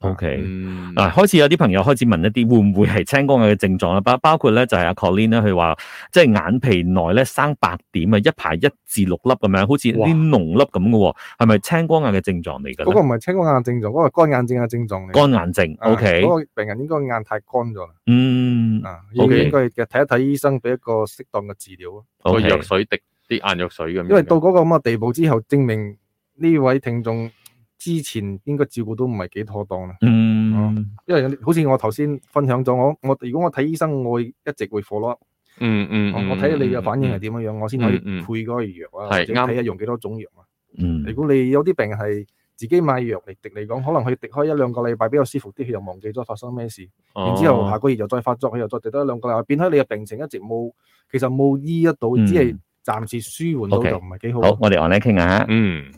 S1: O K。
S2: 嗯
S1: 嗱，啊開始有啲朋友開始問一啲會唔會係青光眼嘅症狀啦，包包括咧就係阿 Colin 咧，佢話即係眼皮內咧生白點啊，一排一至六粒咁樣，好似
S2: 哇
S1: 啲膿粒咁嘅喎，係咪青光眼嘅症狀嚟
S2: 嗯
S1: 㗎
S3: 嗰個
S1: 咧？
S3: 唔係青光眼症狀，嗰個乾眼症嘅啊症狀嚟。
S1: 乾眼症
S3: 啊
S1: ，O K，
S3: 嗰個病人應該眼太乾咗啦。
S1: 嗯
S3: 啊，要
S1: OK
S3: 應該嘅睇一睇醫生，俾一個適當嘅治療啊。
S2: 個
S1: ，O K，
S2: 藥水滴啲眼藥水咁樣嘅，
S3: 因為到嗰個咁嘅地步之後，證明呢位聽眾之前應該照顧都唔係幾妥當啦，
S1: 嗯，
S3: 因為有啲好似我頭先分享咗，我我如果我睇醫生，我會一直會 follow up，
S2: 嗯嗯，
S3: 我我睇下你嘅反應係
S2: 係
S3: 點樣樣，我先可以
S2: 嗯嗯
S3: 配嗰個藥啊，
S2: 係
S3: 或者
S2: 啱
S3: 睇下用幾多種藥啊。
S1: 嗯
S3: 如，果你有啲病係自己買藥嚟滴嚟講，可能佢滴開一兩個禮拜比較舒服啲，佢又忘記咗發生咩事，
S2: 哦
S3: 然之後下個月又再發作，佢又再滴多一兩個禮拜，變開你嘅病情一直冇，其實冇醫得到，
S1: 嗯
S3: 只係暫時舒緩到
S1: OK，
S3: 就唔係幾好。
S1: 好，我哋 online 傾下。
S2: 嗯，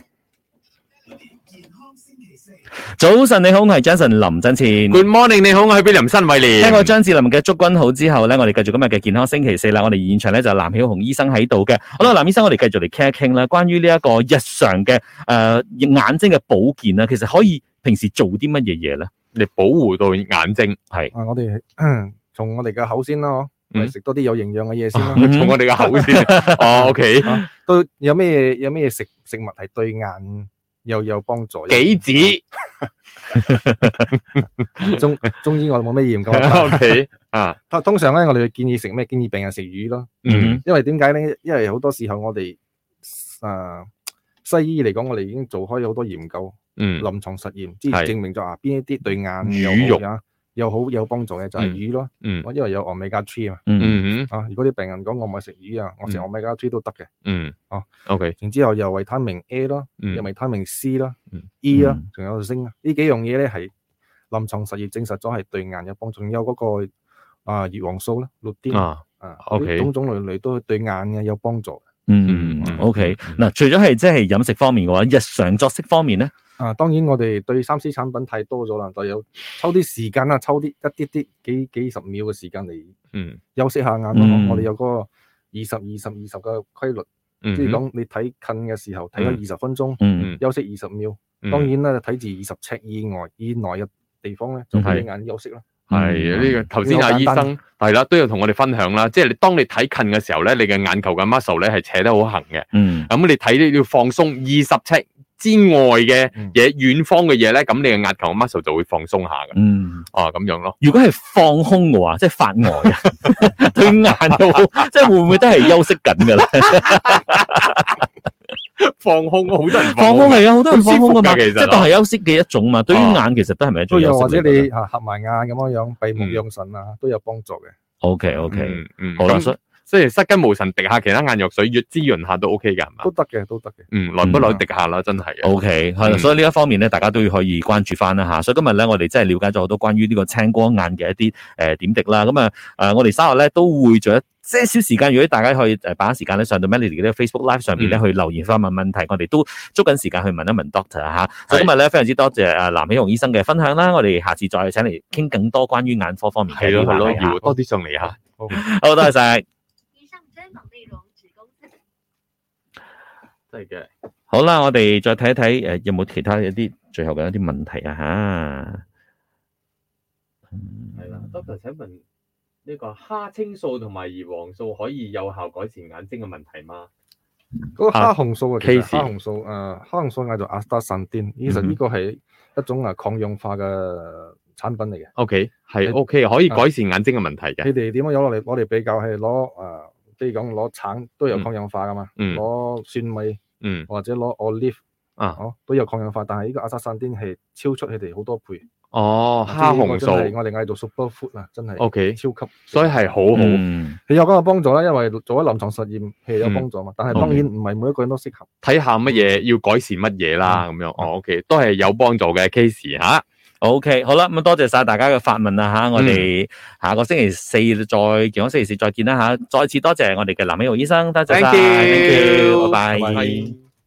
S4: 健康星期四，
S1: 早晨你好，我係 Jason 林振前。
S2: Good morning，你好，我係 William 新偉廉。
S1: 聽過張智霖嘅祝君好之後咧，我哋繼續今日嘅健康星期四啦。我哋現場咧就有藍曉紅醫生喺度嘅。好啦，藍醫生，我哋繼續嚟傾一傾啦，關於呢一個日常嘅誒、呃眼睛嘅保健啊啦，其實可以平時做啲乜嘢嘢咧？
S2: 你保護到眼睛，
S3: 啊，我哋從我哋嘅口先啦，嗬
S2: 嗯
S3: 咪食多啲有營養嘅 嘢 先啦。啊
S1: 嗯
S2: 從我哋嘅口 先。哦，OK，
S3: 都有咩有咩食食物係對眼又有幫助？
S2: 杞子
S3: 中中醫我冇咩研 究。
S2: ，OK，啊，
S3: 通通常咧，我哋會建議食咩？建議病人食魚咯。
S2: 嗯
S3: 因為點解咧？因為好多時候我哋啊西醫嚟講，我哋已經做開好多研究、
S2: 嗯，
S3: 臨床實驗，即
S2: 係
S3: 係證明咗啊邊一啲對眼
S2: 魚肉
S3: 有好啊又好有幫助嘅就係
S2: 嗯
S3: 魚咯。
S2: 嗯
S3: 我因為有 omega three 嘛，
S1: 嗯
S2: 嗯
S3: 啊如果啲病人講我唔係食魚啊，我
S2: 嗯
S3: 食 omega three 都得嘅。
S2: 嗯，
S3: 哦
S2: ，OK，
S3: 然之後又維他命 A 咯。有
S2: 嗯
S3: 維他命 C 啦
S2: 嗯、
S3: E 啦
S1: 嗯，
S3: 仲有鋅啦，呢幾樣嘢咧係臨床實驗證實咗係對眼有幫助，仲有嗰個啊葉黃素啦、綠甸
S2: 啊，
S3: 啊，
S2: OK
S3: 呢種種類類都對眼嘅有幫助。
S1: 嗯
S2: 嗯
S1: ，OK
S2: 嗯。
S1: 嗱，除咗係即係飲食方面嘅話，日常作息方面咧，
S3: 啊，當然我哋對三 C 產品太多咗啦，就有抽啲時間啦，抽啲一啲啲幾幾十秒嘅時間嚟
S2: 嗯
S3: 休息下眼咯。
S1: 嗯
S3: 我哋有嗰個二十二十二十嘅規律，
S2: 嗯，
S3: 即係講你睇近嘅時候睇咗
S2: 嗯
S3: 二十分鐘，
S1: 嗯
S3: 休息二十秒。
S2: 嗯
S3: 當然啦，睇住二十尺以外以內嘅地方咧，就俾你眼休息啦。
S1: 嗯啊
S2: 係呢個頭先
S3: 呢個
S2: 阿醫
S3: 簡單
S2: 生係啦，都有同我哋分享啦。即係你當你睇近嘅時候咧，你嘅眼球嘅 muscle 咧係扯得好行嘅。
S1: 嗯
S2: 咁你睇你要放鬆二十尺之外嘅
S3: 嗯
S2: 嘢，遠方嘅嘢咧，咁你嘅眼球嘅 muscle 就會放鬆下嘅。
S1: 嗯。
S2: 哦，咁樣咯。
S1: 如果係放空嘅話，即係發呆啊， 對眼又好，即係會唔會都係休息緊㗎啦？
S2: 放空，嗯好多 人
S1: 放空係啊，好多人放空㗎嘛，
S2: 好舒服㗎
S1: 即
S2: 其實
S1: 係當係休息嘅一種嘛。對於
S2: 啊
S1: 眼其實都係咪一
S3: 都
S1: 種休
S3: 有
S1: 息嚟
S3: 或
S1: 㗎
S3: 者
S1: 咧？
S3: 你啊合埋眼咁樣樣，閉目
S2: 嗯
S3: 養神啊，都有幫助嘅。
S1: OK OK，
S2: 嗯嗯，
S1: 好啦，
S2: 咁
S1: 所以
S2: 雖然失筋無神，滴下其他眼藥水，越滋潤下都 OK 嘅，係嘛
S3: 都？得嘅，都得嘅。
S2: 嗯，耐不耐滴下啦，真係嘅。
S1: OK 係啦，
S2: 嗯
S1: 所以呢一方面咧，大家都要可以關注翻啦吓。所以今日咧，我哋真係了解咗好多關於呢個青光眼嘅一啲誒、呃、點滴啦。咁啊誒，我哋稍後咧都會做一些少時間，如果大家可以誒把握時間咧，上到 Melody 嘅 Facebook Live 上面咧、
S2: 嗯
S1: 去留言翻問問題，我哋都捉緊時間去問一問 Doctor 啊吓。所以今日咧非常之多謝誒藍喜雄醫生嘅分享啦。我哋下次再請嚟傾更多關於眼科方面嘅
S2: 係咯
S1: 話
S2: 係咯，
S1: 題啊
S2: 要多啲上嚟吓。
S1: 好多謝晒。
S5: 以上专访内容只供参考。
S2: 真係嘅。
S1: 好啦，我哋再睇一睇，诶、有冇其他一啲最後嘅一啲問題啊吓？
S2: 係啦，Doctor 請問呢個蝦青素同埋葉黃素可以有效改善眼睛嘅問題嗎？
S3: 嗰個蝦紅素啊，其實
S2: Casey
S3: 蝦紅素啊，蝦紅素嗌做阿斯達神甸，其實
S2: 嗯哼
S3: 呢個係一種啊抗氧化嘅產品嚟嘅。
S2: O K，係
S3: 係
S2: O K，可以改善眼睛嘅問題嘅。
S3: 佢哋點樣攞嚟攞嚟比較係攞啊，即係講攞橙都有
S2: 嗯
S3: 抗氧化噶嘛，
S2: 嗯
S3: 攞蒜米
S2: 嗯
S3: 或者攞 olive
S2: 啊，
S3: 哦都有抗氧化，但係呢個阿斯達神甸係超出佢哋好多倍。
S2: 哦，蝦紅素
S3: 即係呢
S2: 哦
S3: 個真係我哋嗌做 super food 啊，真係
S2: O K，
S3: 超級。
S2: 所以係好好
S1: 嗯
S3: 佢有嗰個幫助啦，因為做咗臨床實驗
S2: 嗯
S3: 係有幫助嘛。但係當
S1: OK
S2: 哦
S3: 然唔係每一個人都適合。
S2: 睇下乜嘢要改善乜嘢啦，咁樣哦 O K，都係有幫助嘅 case 吓。
S1: OK，好啦，咁多謝晒大家嘅發問啦吓，我哋下個星期四再健康星期四再見啦吓，再次多謝我哋嘅藍美容醫生，多謝晒
S2: Thank you
S1: ，thank you，拜拜。
S2: 拜拜